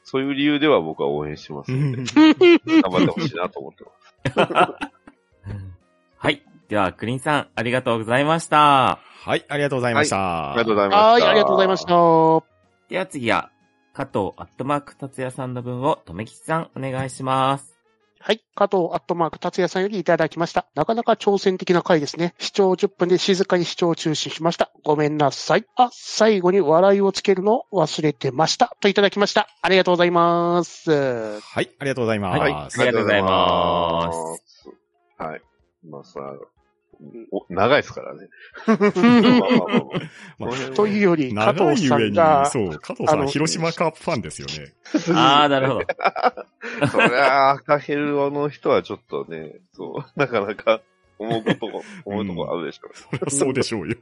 S1: そういう理由では僕は応援してますんで、頑張ってほしいなと思ってます。
S3: はい。では、クリンさん、ありがとうございました。
S4: はい、ありがとうございまし
S1: あ
S4: た。
S1: りがとうございました。
S2: はい、ありがとうございました。。
S3: では次は、加藤アットマーク達也さんの分を、とめきちさん、お願いします。
S2: はい。加藤アットマーク達也さんよりいただきました。なかなか挑戦的な回ですね。視聴10分で静かに視聴中止しました。ごめんなさい。あ、最後に笑いをつけるのを忘れてました。といただきました。ありがとうござい ます。
S4: はい、ありがとうござい
S3: はい
S4: ま
S3: あ
S4: す。
S3: りがとうございます
S1: す。はい。まあさ、お長いですからね。まあまあまあまあ
S4: まあ
S1: この辺
S2: というより、加
S4: 長い
S2: 藤さ
S4: ゆえ
S2: ん
S4: に、
S2: が、
S4: そう、加藤さ
S2: あ
S4: ん、
S2: の
S4: 広島カープファンですよね。
S3: ああ、なるほど。
S1: そりゃあ、赤ヘルの人はちょっとね、そう、なかなか思うこと、思うとこあるでしょ。
S4: そりゃそうでしょうよ。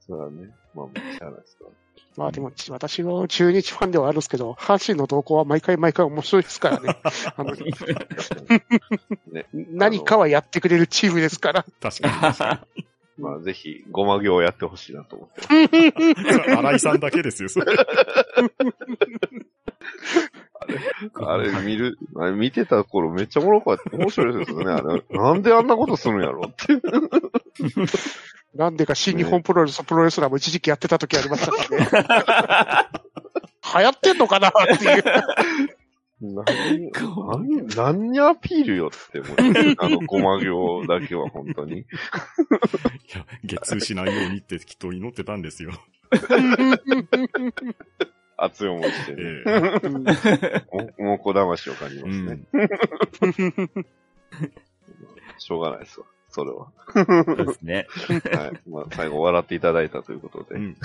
S1: そうだね。まあ、まあしゃあないですわ
S2: まあでも、私の中日ファンではあるんですけど、阪神の動向は毎回毎回面白いですからね。あの
S1: ね。
S2: 何かはやってくれるチームですから。
S4: 確か
S1: まあ、ぜひ、ごま行をやってほしいなと思って。
S4: に。新井さんだけですよ、それ。
S1: あれ、見る、あれ見てた頃めっちゃおもろかった。面白いですよね。あれ、なんであんなことするんやろって。
S2: なんでか新日本プロレス、プロレスラーも一時期やってた時ありましたからね。 流行ってんのかなっていう。
S1: 何、何、何にアピールよって思う。あの、ごま行だけは本当に。
S4: いや、月通しないようにってきっと祈ってたんですよ。
S1: 熱い思いして
S4: え
S1: ね。
S4: え
S1: おもうこだましを感じますね。しょうがないですわ。それは。
S3: そうですね。
S1: はい。まあ、最後笑っていただいたということ
S4: う
S1: で。
S4: ん。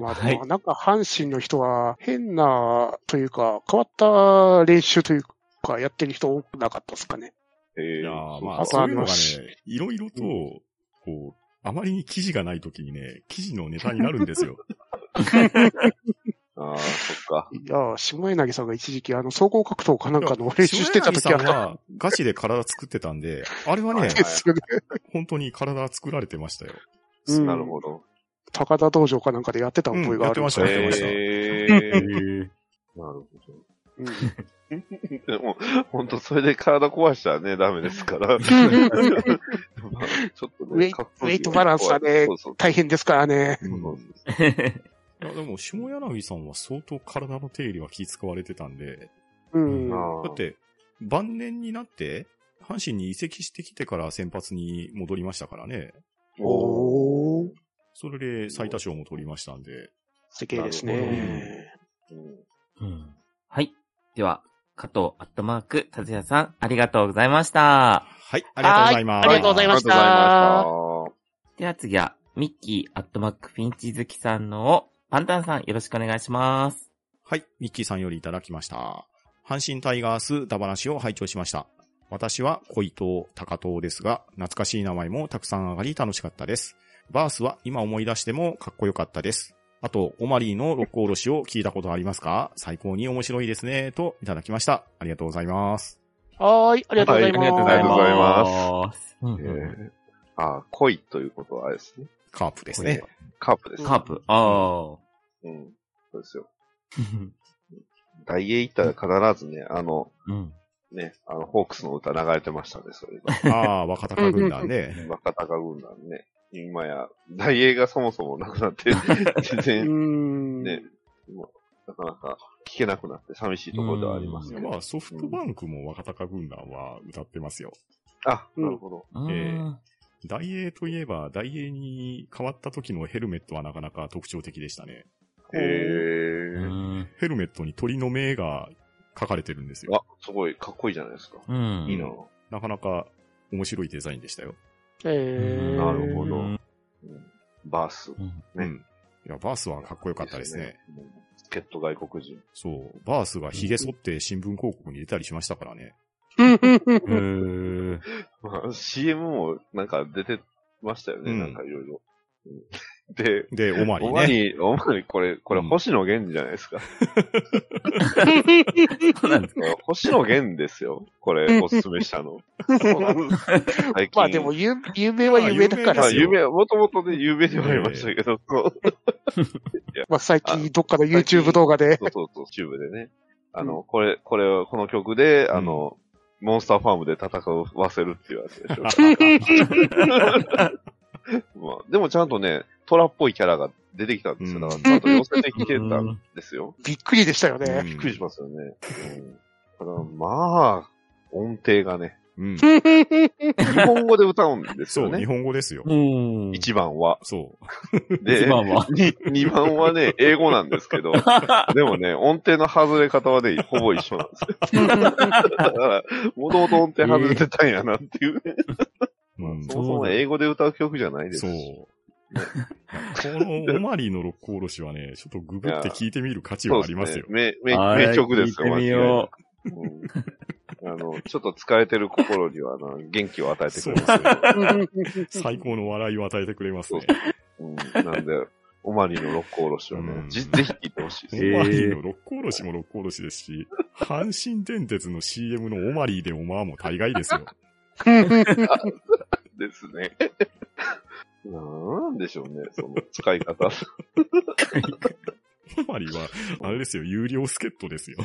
S2: まあ
S3: は
S2: で
S3: い
S2: も、なんか阪神の人は変な、というか、変わった練習というか、やってる人多くなかったですかね。
S1: えー
S4: いやーまあ、
S2: あと
S4: そう
S2: あ
S4: いうの
S2: の
S4: がね、いろいろと、こう、あまりに記事がないときにね、記事のネタになるんですよ。
S1: ああ、そっか。
S2: いやー、下柳さんが一時期、あの、総合格闘かなんかの
S4: 塩
S2: 練習してた
S4: 柳
S2: 時
S4: さ
S2: あ
S4: ん
S2: った
S4: は、ガチで体作ってたんで、あれはね
S1: は、い
S2: です よね。
S4: 本当に体作られてましたよ。
S2: うん
S1: なるほど。
S2: 高田道場かなんかでやってた覚えがある、
S4: うんやってましたね
S1: ええ
S3: え
S1: ー。
S3: ー
S1: なるほど。
S2: うん
S1: でも、本当それで体壊したらね、ダメですから。まあ ちょっと
S2: ウェイ
S1: ね、かっこいい
S2: ウェイトバランスはね
S1: そうそう
S2: 大変ですからね。
S1: そうそう
S4: いや、でも、下柳さんは相当体の手入れは気使われてたんで、
S2: うん。
S1: あー
S4: だって、晩年になって、阪神に移籍してきてから先発に戻りましたからね。
S1: おー
S2: おー、
S4: それで最多勝も取りましたんで。
S2: すげえです
S1: なるほど
S2: ね。
S1: うん
S3: うんはい。では、加藤アットマーク、達也さん、ありがとうございました。
S4: はい、ありがとうございます。
S2: ありがとうございまし
S1: あり
S2: た
S1: がとうございまし
S3: では次は、ミッキーアットマーク、フィンチズキさんのを、パンタンさん、よろしくお願いします。
S4: はい、ミッキーさんよりいただきました。阪神タイガースダバナシを拝聴しました。私は小伊藤、高藤ですが、懐かしい名前もたくさん上がり楽しかったです。バースは今思い出してもかっこよかったです。あと、オマリーのロックおろしを聞いたことありますか最高に面白いですね、といただきました。ありがとうございます。
S2: はーい、ありがとうござい
S1: あ
S2: ま
S1: り
S2: す。
S1: がとうございます
S3: す。うん
S1: た
S3: う
S1: えーああ、恋ということはあれですね。
S4: カープです
S3: 恋
S4: ね
S3: だ。
S1: カープです
S3: ん
S1: ね。
S3: カープ、 あ
S1: うん。そうですよ。
S3: ー。
S1: 大英行ったら必ずね、あの、
S3: うん。
S1: ね、あの、ホークスの歌流れてましたね、それが。
S4: ああー、若隆軍団で。
S1: 若隆軍団ね。今や、大英がそもそもなくなって、全
S2: う
S1: 然
S2: ん。
S1: ね、もうなかなか聞けなくなって寂しいところではありますけど。
S4: まあ、ソフトバンクも若隆軍団は歌ってますよ。
S1: あ、なるほど。
S3: うん
S4: えー大英といえば、大英に変わった時のヘルメットはなかなか特徴的でしたね。
S1: へ
S3: う
S1: え。
S3: ん。
S4: ヘルメットに鳥の目が描かれてるんですよ。
S1: あ、すごい、かっこいいじゃないですか。
S3: うん。
S1: いいな。
S4: なかなか面白いデザインでしたよ。
S2: えー、
S1: なるほ
S3: う
S1: どう
S3: ん。
S1: んバース。ね
S4: うん。いや、バースはかっこよかったですね。
S1: いいですね。うん助っ人外国人。
S4: そう。バースが髭剃って新聞広告に出たりしましたからね。
S3: う ーん
S1: まあ、CM もなんか出てましたよね、
S4: うん
S1: なんかいろいろ。うんで、
S4: で、オマリ
S1: お
S4: ー
S1: ま
S4: ね。
S1: に、おまに、これ、これ、
S4: うん
S1: 星野源じゃないですか。
S3: そうなんです。
S1: 星野源ですよ。これ、おすすめした の。最近
S2: まあでも、、有有名は有名だか
S1: ま
S2: ら
S1: あ、
S4: 有名で、すよ
S1: 夢、もともとね、有名ではありましたけど、そう
S2: まあ最近どっかの YouTube 動画で、
S1: そうそうそう、チューブでね。あの、これ、これを、この曲で、あの、モンスターファームで戦わせるっていうやつ でしょ。まあ、でもちゃんとね、トラっぽいキャラが出てきたんですよ。だから、ちゃんと寄せてきてたんですよ。
S2: びっくりでしたよ
S4: う
S2: ね。
S4: ん
S1: びっくりしますよね。うん、ただまあ、音程がね、
S4: うん。
S1: 日本語で歌うんです
S4: そ
S1: よ
S4: う、日
S1: ね。
S4: 本語ですよ。
S3: うん。
S1: 一番は。
S4: そ
S1: で、
S3: 一番は
S1: に 二番はね、英語なんですけ ど、でもね、音程の外れ方はね、ほぼ一緒なんですよ。だから、もともと音程外れてたんやなっていう。
S4: う。うん
S1: そもそも英語で歌う曲じゃないです
S4: そう。
S1: し。
S4: このオマリーの六甲おろしはね、ちょっとググって聞いてみる価値はありますよ。
S1: そうですね。名名名曲ですよ、
S3: はい聞いてみよ
S1: 間違いなくあの、ちょっと疲れてる心には、あの、元気を与えてくれます。
S4: そう ですね最
S2: 最
S4: 高の笑いを与えてくれますね。
S1: うん、なんで、オマニの六甲おろしは
S4: う
S1: ね
S4: ん、
S1: じぜひ聞いてほしい
S4: オ
S1: で
S4: マ
S1: す。
S3: えー
S4: リーの六甲おろしも六甲おろしですし、阪神電鉄の CM のオマリーでオマーも大概です よ。
S1: ですね。 なんでしょうね、その使い方。
S4: オマリーは、あれですよ、有料助っ人ですよ。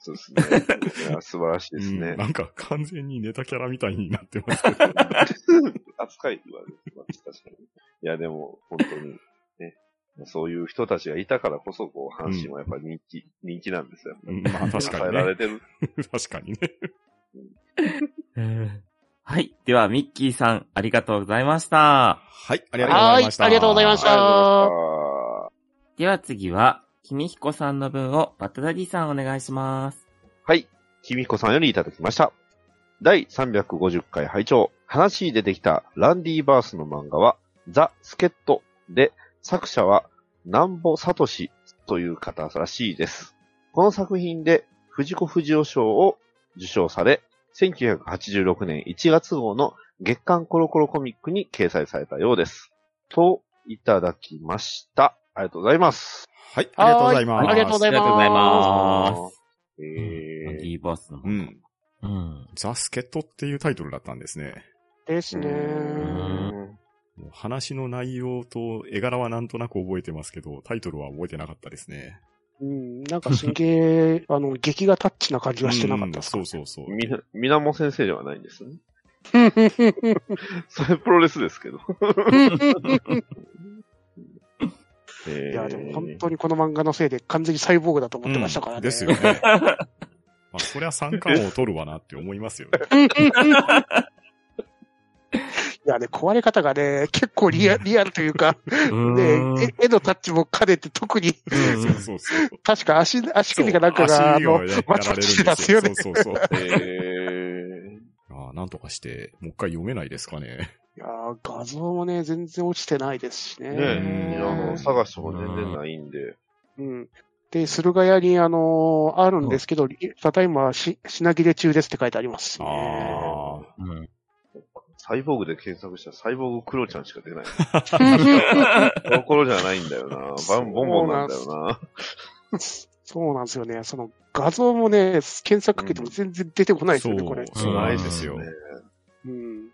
S1: そうですね。い や素晴らしいです
S4: うん
S1: ね。
S4: なんか完全にネタキャラみたいになって ますけど。
S1: 扱いって言われてます、確かに。いや、でも、本当に、ね。そういう人たちがいたからこそ、こう、阪神はやっぱり人気、人気なんですよ。
S4: うんまあ確か
S1: 支え
S4: に
S1: ら
S4: ね。
S1: れてる。
S4: 確かにね。
S3: うんはい。では、ミッキーさん、ありがとうございました。
S4: はい、ありがとうござ
S2: はいい
S4: まし、た。
S2: ありがとうございまし
S1: ありがとう
S2: た。
S1: ございまし
S3: では次は、君彦さんの分をバッタダディさんお願いします。
S1: たはい。きみこさんよりいただきました。第350回拝聴話に出てきたランディバースの漫画は、ザ・スケットで、作者は、南保聡という方らしいです。この作品で、藤子不二雄賞を受賞され、1986年1月号の月刊コロコロコミックに掲載されたようです。と、いただきました。ありがとうございます。
S4: はい、ありがとうございます。
S2: はありがとうございます
S1: え
S3: うん
S1: ー、
S3: D バースの。
S4: う。ん。
S3: うん。
S4: ザ・スケットっていうタイトルだったんですね。
S2: ですね。
S1: うん
S4: もう話の内容と絵柄はなんとなく覚えてますけど、タイトルは覚えてなかったですね。
S2: うん、なんかすげえ、あの、劇がタッチな感じはしてなかったですか
S4: うんそうそうそう。
S1: みな、みなも先生ではないんですね。
S2: ふんふんふんふん
S1: それプロレスですけど。
S2: い
S1: い
S2: や、でも本当にこの漫画のせいで完全にサイボーグだと思ってましたからね。
S4: う んですよね。まあ、そりゃ三冠王取るわなって思いますよ ね。
S2: うんうんうんいやね、壊れ方がね、結構リアリアルというか、
S3: うん
S2: ね、絵絵のタッチも兼ねて特に、
S4: そうそうそう。
S2: 確か足、足首かなんかが、あ
S4: 足を
S2: の、
S4: ねや
S2: マ
S4: ら
S2: チマ
S4: れるん
S2: チしてたんですよね。
S4: そうそうそう。
S1: えー、
S4: ああ、なんとかして、もう一回読めないですかね。
S2: いやー画像もね、全然落ちてないですしね。
S1: ねえ、いやあの探しても全然ないんで。
S2: うん。で、駿河屋に、あのーあるんですけど、ただいまし品切れ中ですって書いてありますね、
S4: ああ。
S3: うん。
S1: サイボーグで検索したらサイボーグクロちゃんしか出ない。
S2: うん
S1: コロコロじゃないんだよな。バンボンボンなんだよな。
S2: そうなんですよね。その画像もね、検索かけても全然出てこないです
S4: そ
S2: よね、
S4: う
S2: これ、。
S4: そうなんですよ。
S2: うん。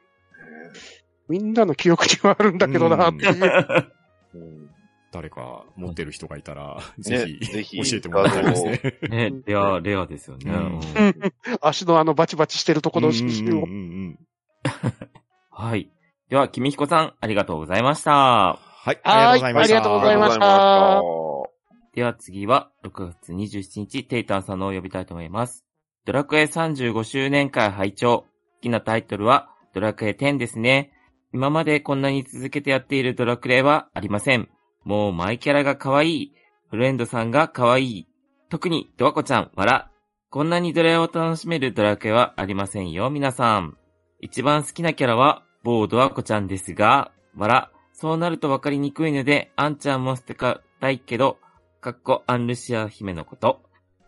S2: みんなの記憶にはあるんだけどな、っていう。
S1: うん
S4: 誰か持ってる人がいたら、ぜ
S1: ね
S4: ひ、
S1: ぜひ
S4: 教えてもらいたいですね。
S3: ね、レア、レアですよね。
S4: う
S3: うん
S2: 足のあのバチバチしてるところを。
S4: うんうんうんうん
S3: はい。では、君彦さん、ありがとうございました。
S4: はい、
S2: は
S4: あ
S2: い
S4: りがとうございました。
S2: ありがとうございました
S1: あ
S3: では次は、6月27日、テイタンさんのを呼びたいと思います。ドラクエ35周年会拝聴。好きなタイトルは、ドラクエ10ですね。今までこんなに続けてやっているドラクエはありません。もうマイキャラが可愛い。フレンドさんが可愛い。特に、ドワコちゃん、わら。こんなにドラを楽しめるドラクエはありませんよ、皆さん。一番好きなキャラは、某ドワコちゃんですが、わら。そうなると分かりにくいので、アンちゃんも捨てかたいけど、かっこアンルシア姫のこと。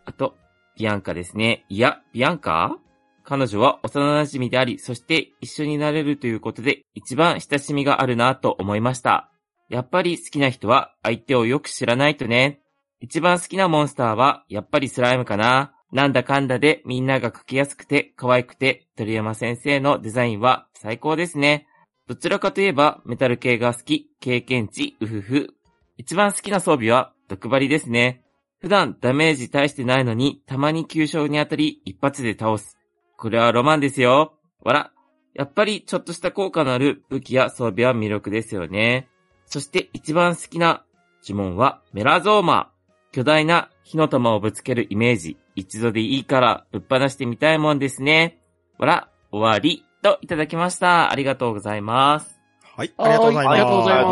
S3: あと、ビアンカですね。いや、ビアンカ彼女は幼馴染であり、そして一緒になれるということで、一番親しみがあるなと思いました。やっぱり好きな人は相手をよく知らないとね。一番好きなモンスターは、やっぱりスライムかな。なんだかんだでみんなが描きやすくて可愛くて、鳥山先生のデザインは最高ですね。どちらかといえばメタル系が好き、経験値、うふふ、一番好きな装備は、毒針ですね。普段ダメージ大してないのに、たまに急所に当たり、一発で倒す。これはロマンですよ。わら。やっぱり、ちょっとした効果のある武器や装備は魅力ですよね。そして、一番好きな呪文は、メラゾーマ。巨大な火の玉をぶつけるイメージ。一度でいいから、ぶっ放してみたいもんですね。わら、終わり。と、いただきました。ありがとうございます。
S4: はい、ありがとうございま
S2: あ
S4: す。
S2: りがとうござい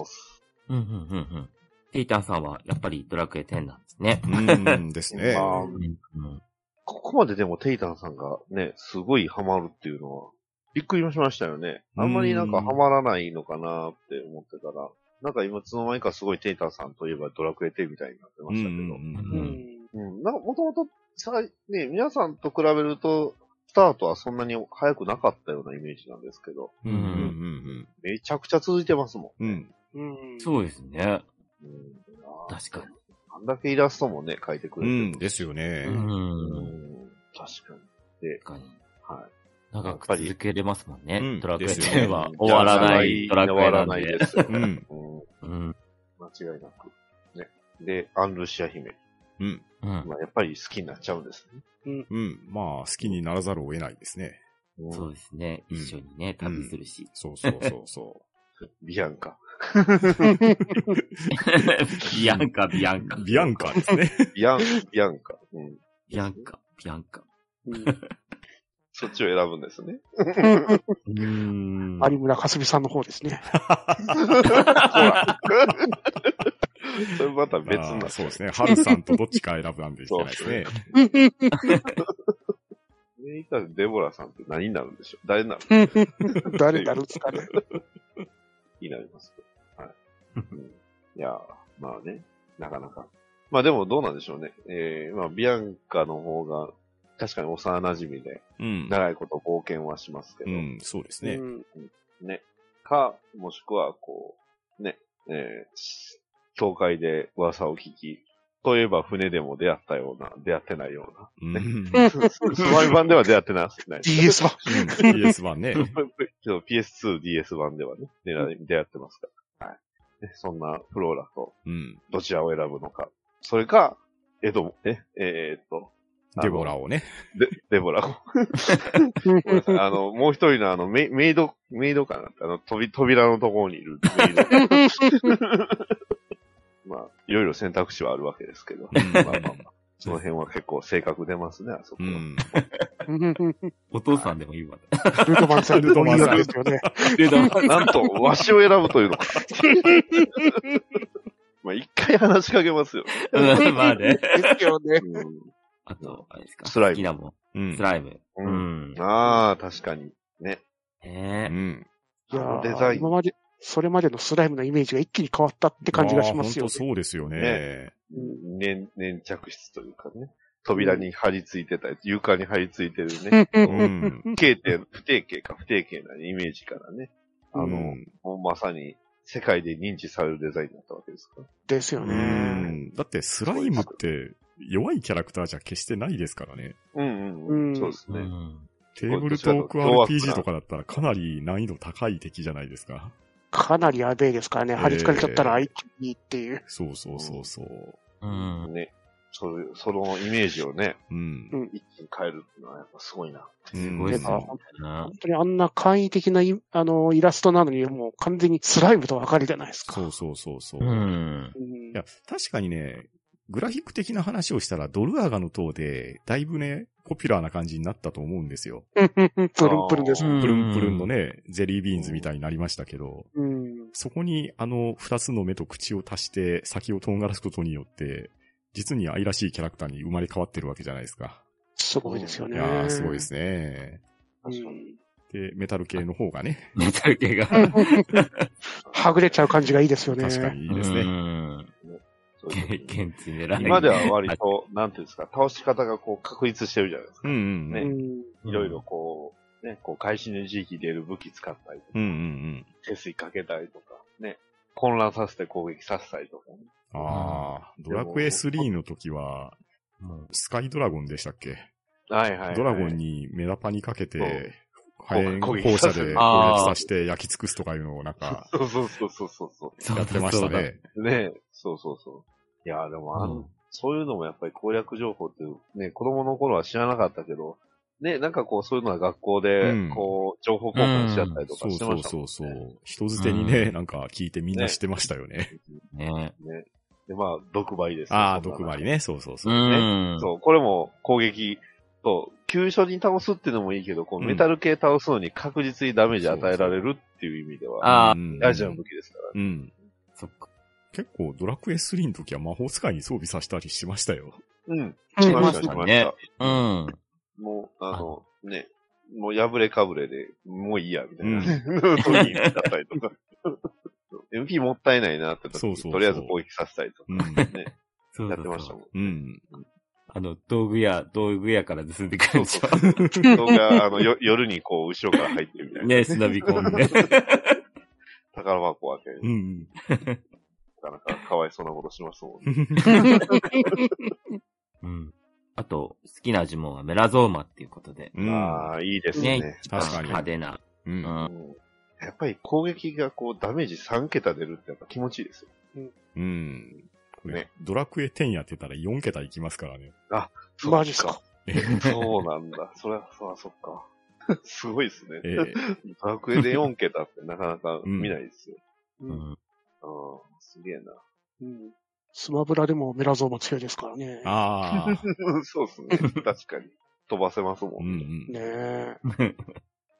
S2: ます
S3: うん、うん、うん、うん。テイタンさんは、やっぱりドラクエ10なんですね。
S4: うんですね。
S1: まあ
S3: うん
S1: ここまででもテイタンさんがね、すごいハマるっていうのは、びっくりしましたよね。あんまりなんかハマらないのかなって思ってたら、なんか今いつの間にかすごいテイタンさんといえばドラクエ10みたいになってま
S4: う
S1: し
S4: ん
S1: た
S4: う
S1: けど、
S4: んうん
S2: う
S3: うん
S2: ん
S1: うん、なんかもともとさね、皆さんと比べると、スタートはそんなに早くなかったようなイメージなんですけど、
S4: うんうんうん
S1: めちゃくちゃ続いてますもん。
S4: うん。うん。
S2: うん。
S3: そうですね。
S1: うん、
S3: 確かに。
S1: あんだけイラストもね、描いてく
S4: う
S1: れてる。
S4: ん。ですよね
S3: う。ん。
S1: うん確かに。
S3: 確かに。
S1: は
S3: 長く続けれますもんね。
S4: うん
S3: ドラクエ
S4: ですよ
S3: 10
S4: ね
S3: は終わらないドラクエ
S1: 終わ
S3: な
S1: ら
S3: ん
S1: ない
S3: で。
S1: ですよ。
S4: う
S1: うん
S4: ん。
S3: うん。
S1: 間違いなく。ね。で、アンルシア姫。
S4: うん。
S3: うん。
S1: まあ、やっぱり好きになっちゃうんですね。
S4: うん。まあ、好きにならざるを得ないですね。
S3: そうですね。
S4: うん
S3: 一緒にね、旅するし。
S4: そうそうそうそ
S1: ビアンカ。
S3: ビアンカ、ビアンカ
S4: う。。 ビアンカですね。
S1: ビアン、ビアンカ。うん。
S3: ビアンカ、ビアンカ。
S1: そっちを選ぶんですね。
S3: うーん
S2: 有村架純さんの方ですね。
S1: ほら。それまた別
S4: あ
S1: な
S4: ー。そうですね。ハルさんとどっちか選ぶなんでいけないですね。
S1: メイカーデボラさんって何になるんでしょう誰になる
S2: 誰だろうですかね。
S1: 気になりますけど。はい。うんいやー、まあね、なかなか。まあでもどうなんでしょうね。えー、まあビアンカの方が、確かに幼馴染で、
S4: うん。
S1: 長いこと冒険はしますけ
S4: う
S1: ど、
S4: ん、そうですね
S2: う。ん
S1: ね。か、もしくは、こう、ね、えー、教会で噂を聞き、といえば船でも出会ったような、出会ってないよ
S4: う
S1: ね
S4: ん。
S1: うな。スマイ版では出会ってなない。
S2: DS 版。
S4: PS 版 ね。
S1: けど PS2、DS 版ではね、出会い出会ってますから。はい。ねそんなフローラと
S4: うん。
S1: どちらを選ぶのか。それか、えっと、え、えーっと、あの
S4: デボラをね。
S1: デデボラ。ごめんなさいあの、もう一人のあの、メイメイド、メイドかなあの、飛び、扉のところにいるメイド。まあ、いろいろ選択肢はあるわけですけど。
S4: うん
S1: まあまあまあ。その辺は結構性格出ますね、あそこ
S4: う
S1: は。
S4: ん。
S3: お父さんでもいいわ。
S2: ルートマンさん、
S4: ルートマンさん
S2: いいわけですよね。
S3: ルド
S1: なんと、わしを選ぶというのか。まあ、一回話しかけますよ。
S3: うんまあね。
S2: ですよね。
S1: うん
S3: あと、あれですか。
S1: スライム
S3: 好きなも。
S4: うんん
S3: ス。ライム。うん。
S1: ああ、確かに。ね。
S4: う
S3: ねえ。
S4: ん。
S2: いやー
S1: デザイン
S2: 今まで、それまでのスライムのイメージが一気に変わったって感じがしますよ
S4: あー本当そうですよね。
S1: 粘、粘着質というかね。扉に張り付いてたり、床に張り付いてるね。
S2: ね。
S4: うん。
S1: 定形、不定形か、不定形なイメージからね。あの、
S4: うん
S1: もうまさに世界で認知されるデザインだったわけですから。
S2: ですよ
S4: う
S2: ね。
S4: んだって、スライムって弱いキャラクターじゃ決してないですからね。
S1: うんうん、う、
S2: うんん
S1: そうです
S3: う
S1: ね。
S3: ん
S4: テーブルトーク
S1: そうです
S4: RPG とかだったらかなり難易度高い敵じゃないですか。
S2: かなりやべえですからね。張り付かれちゃったら相手にっていう。
S4: そうそうそうそう。
S3: うん。
S1: ね。それそのイメージをね、
S4: うん。
S1: 一気に変えるのはやっぱすごいな。
S4: す
S3: すごいですね。
S2: 本当にあんな簡易的なイあのイラストなのに、もう完全にスライムと分かりじゃないですか。
S4: そうそうそうそう。
S3: う
S4: い
S3: ん。
S2: うん
S4: や、確かにね、グラフィック的な話をしたらドルアガの塔で、だいぶね、ポピュラーな感じになったと思うんですよ。
S2: プルンプルンです。
S3: うん
S4: プルンプルンのね、ゼリービーンズみたいになりましたけど、
S2: うん。
S4: そこにあの二つの目と口を足して先をとんがらすことによって、実に愛らしいキャラクターに生まれ変わってるわけじゃないですか。
S2: すごいですよ
S4: い
S2: ね。
S4: やー、すごいですね。
S2: うん。
S4: で、メタル系の方がね、
S3: メタル系が。
S2: はぐれちゃう感じがいいですよね。
S4: 確かにいいです
S3: う
S4: ね。
S3: ん。
S1: そういう
S3: 経験値狙い。
S1: 今では割と、なんていうんですか、倒し方がこう確立してるじゃないです
S4: う
S1: か。
S4: んうんう。
S2: うんん。
S1: いろいろこう、ね、こう、会心の時期出る武器使ったりとか、
S4: うんうん
S1: 手水かけたりとか、ね、混乱させて攻撃させたりとかね。
S4: うん。ああ、ドラクエ3の時は、
S3: もう。
S4: スカイドラゴンでしたっけ、
S1: はいはい、はい。
S4: ドラゴンにメダパにかけて、火炎
S1: 攻
S4: 放
S1: 撃
S4: 射で攻撃
S3: あー
S4: させて焼き尽くすとかいうのをなんか、
S1: そうそうそうそうそう そう。
S4: やってましたね。
S1: ねえ、そうそうそう。いやーでもあの、
S3: うん
S1: そういうのもやっぱり攻略情報っていう、ね、子供の頃は知らなかったけど、ね、なんかこうそういうのは学校で
S4: うん、
S1: こう、情報交換し合ったりと
S4: そ
S1: か
S4: う
S1: して
S4: そ
S1: ま
S4: う
S1: したもん
S4: そ
S1: ね。
S4: うそう。人づてにね、
S3: うん
S4: なんか聞いてみんなしてましたよね。
S3: そうだね。
S1: ね。で、まあ、毒針ですね、
S4: ああ、
S1: そんな
S4: 毒針。ね。そうそうそうう。
S3: ん。
S1: そう、これも攻撃と、急所に倒すっていうのもいいけど、こう、
S4: うん
S1: メタル系倒すのに確実にダメージ与えられるっていう意味では、
S3: あ
S4: うん
S1: 大事な武器ですからね。
S4: うん。
S3: そっか。
S4: 結構ドラクエ3の時は魔法使いに装備させたりしましたよ。
S1: うん。
S2: うん
S1: しました、
S3: う
S1: し
S3: ん
S1: ました。
S3: うん。
S1: もう、あの、ね、もう破れかぶれで、もういいや、みたいな、
S4: うん
S1: 時にだったりとか。MP もったいないなって時
S4: そうそうそう
S1: とりあえず攻撃させたりとか、
S4: うん。
S1: ね、
S3: そう
S1: や
S3: だ
S1: ってましたもん。
S4: うん。
S3: あの、道具屋、道具屋から盗んでくるんですよ。
S1: 人が、あの、よ夜にこう、後ろから入ってるみたいな。
S3: ね、忍び込んで。
S1: 宝箱を開け
S4: う
S1: る。
S4: ん
S1: なかなかかわいそうなことしますもん
S4: う
S1: ね。
S4: ん。
S3: うん。あと、好きな呪文はメラゾーマっていうことで。
S4: うん。
S1: ああ、いいですね。
S3: ね、一番
S4: 確かに
S3: 派手な。
S4: う。
S3: うんん。
S1: うんやっぱり攻撃がこう、ダメージ3桁出るってやっぱ気持ちいいですよ。
S4: うん。これ
S1: ね
S4: ドラクエ10やってたら4桁いきますからね。
S2: マジっすか。
S1: そうなんだ。そりゃ、そりゃ、そっか。すごいですね。
S4: ええ
S1: ドラクエで4桁ってなかなか見ないですよ。
S2: う
S3: うんん。
S1: う ん、すげえな。
S2: うんスマブラでもメラゾーマ強いですからね。
S4: あ あ。
S1: そうですね。確かに。飛ばせますも。
S4: うんん
S2: ねえ。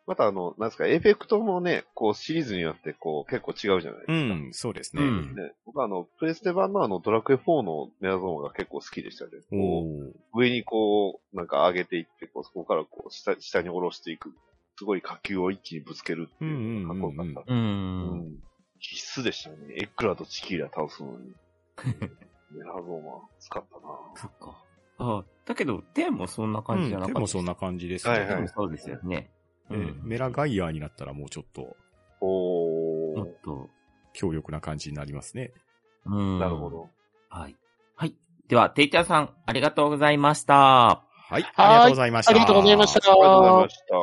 S1: またあの、なんですか、エフェクトもね、こうシリーズによってこう結構違うじゃないです
S4: う
S1: か。
S4: ん。うん、そうですね。
S3: うん
S1: ね、僕はあの、プレステ版のあの、ドラクエ4のメラゾーンが結構好きでしたね。
S4: お
S1: こ
S4: ー
S1: う上にこう、なんか上げていって、こうそこからこう下、下に下ろしていく。すごい火球を一気にぶつけるっていうのがかっこよかった。
S3: う。
S1: うんん必須でしたね。エッグラとチキーラ倒すのに。メラゾーマ使ったな
S3: そっか。あだけど、テンもそんな感じじゃなか
S4: う
S3: っ
S4: ん
S3: た。
S4: でもそんな感じですね。
S1: はいはい
S3: でもそうですよね。
S4: え
S3: う
S4: え
S3: ん。
S4: メラガイアになったらもうちょっと
S1: お
S3: も
S1: ー
S3: っ。と。
S4: 強力な感じになりますね。
S3: うん。
S1: なるほ。ど。
S3: はい。はい。では、テイターさん、ありがとうございました。
S4: は
S2: はい
S4: い。ありがとうございました。
S2: ありがとうございました。。
S1: ありがとうございました。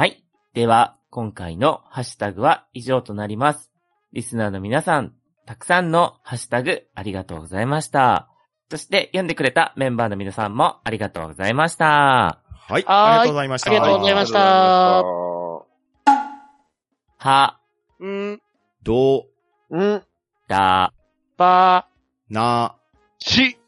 S3: はい。では、今回のハッシュタグは以上となります。リスナーの皆さん、たくさんのハッシュタグありがとうございました。そして、読んでくれたメンバーの皆さんもありがとうございました。
S4: はい。
S2: は
S4: あ
S2: い
S4: りがとうございました。
S2: ありがとうございました
S1: ありがと
S3: は、
S2: うん、
S4: ど、
S1: うございました。うん。
S3: だ、
S2: ば、
S4: な、
S1: し、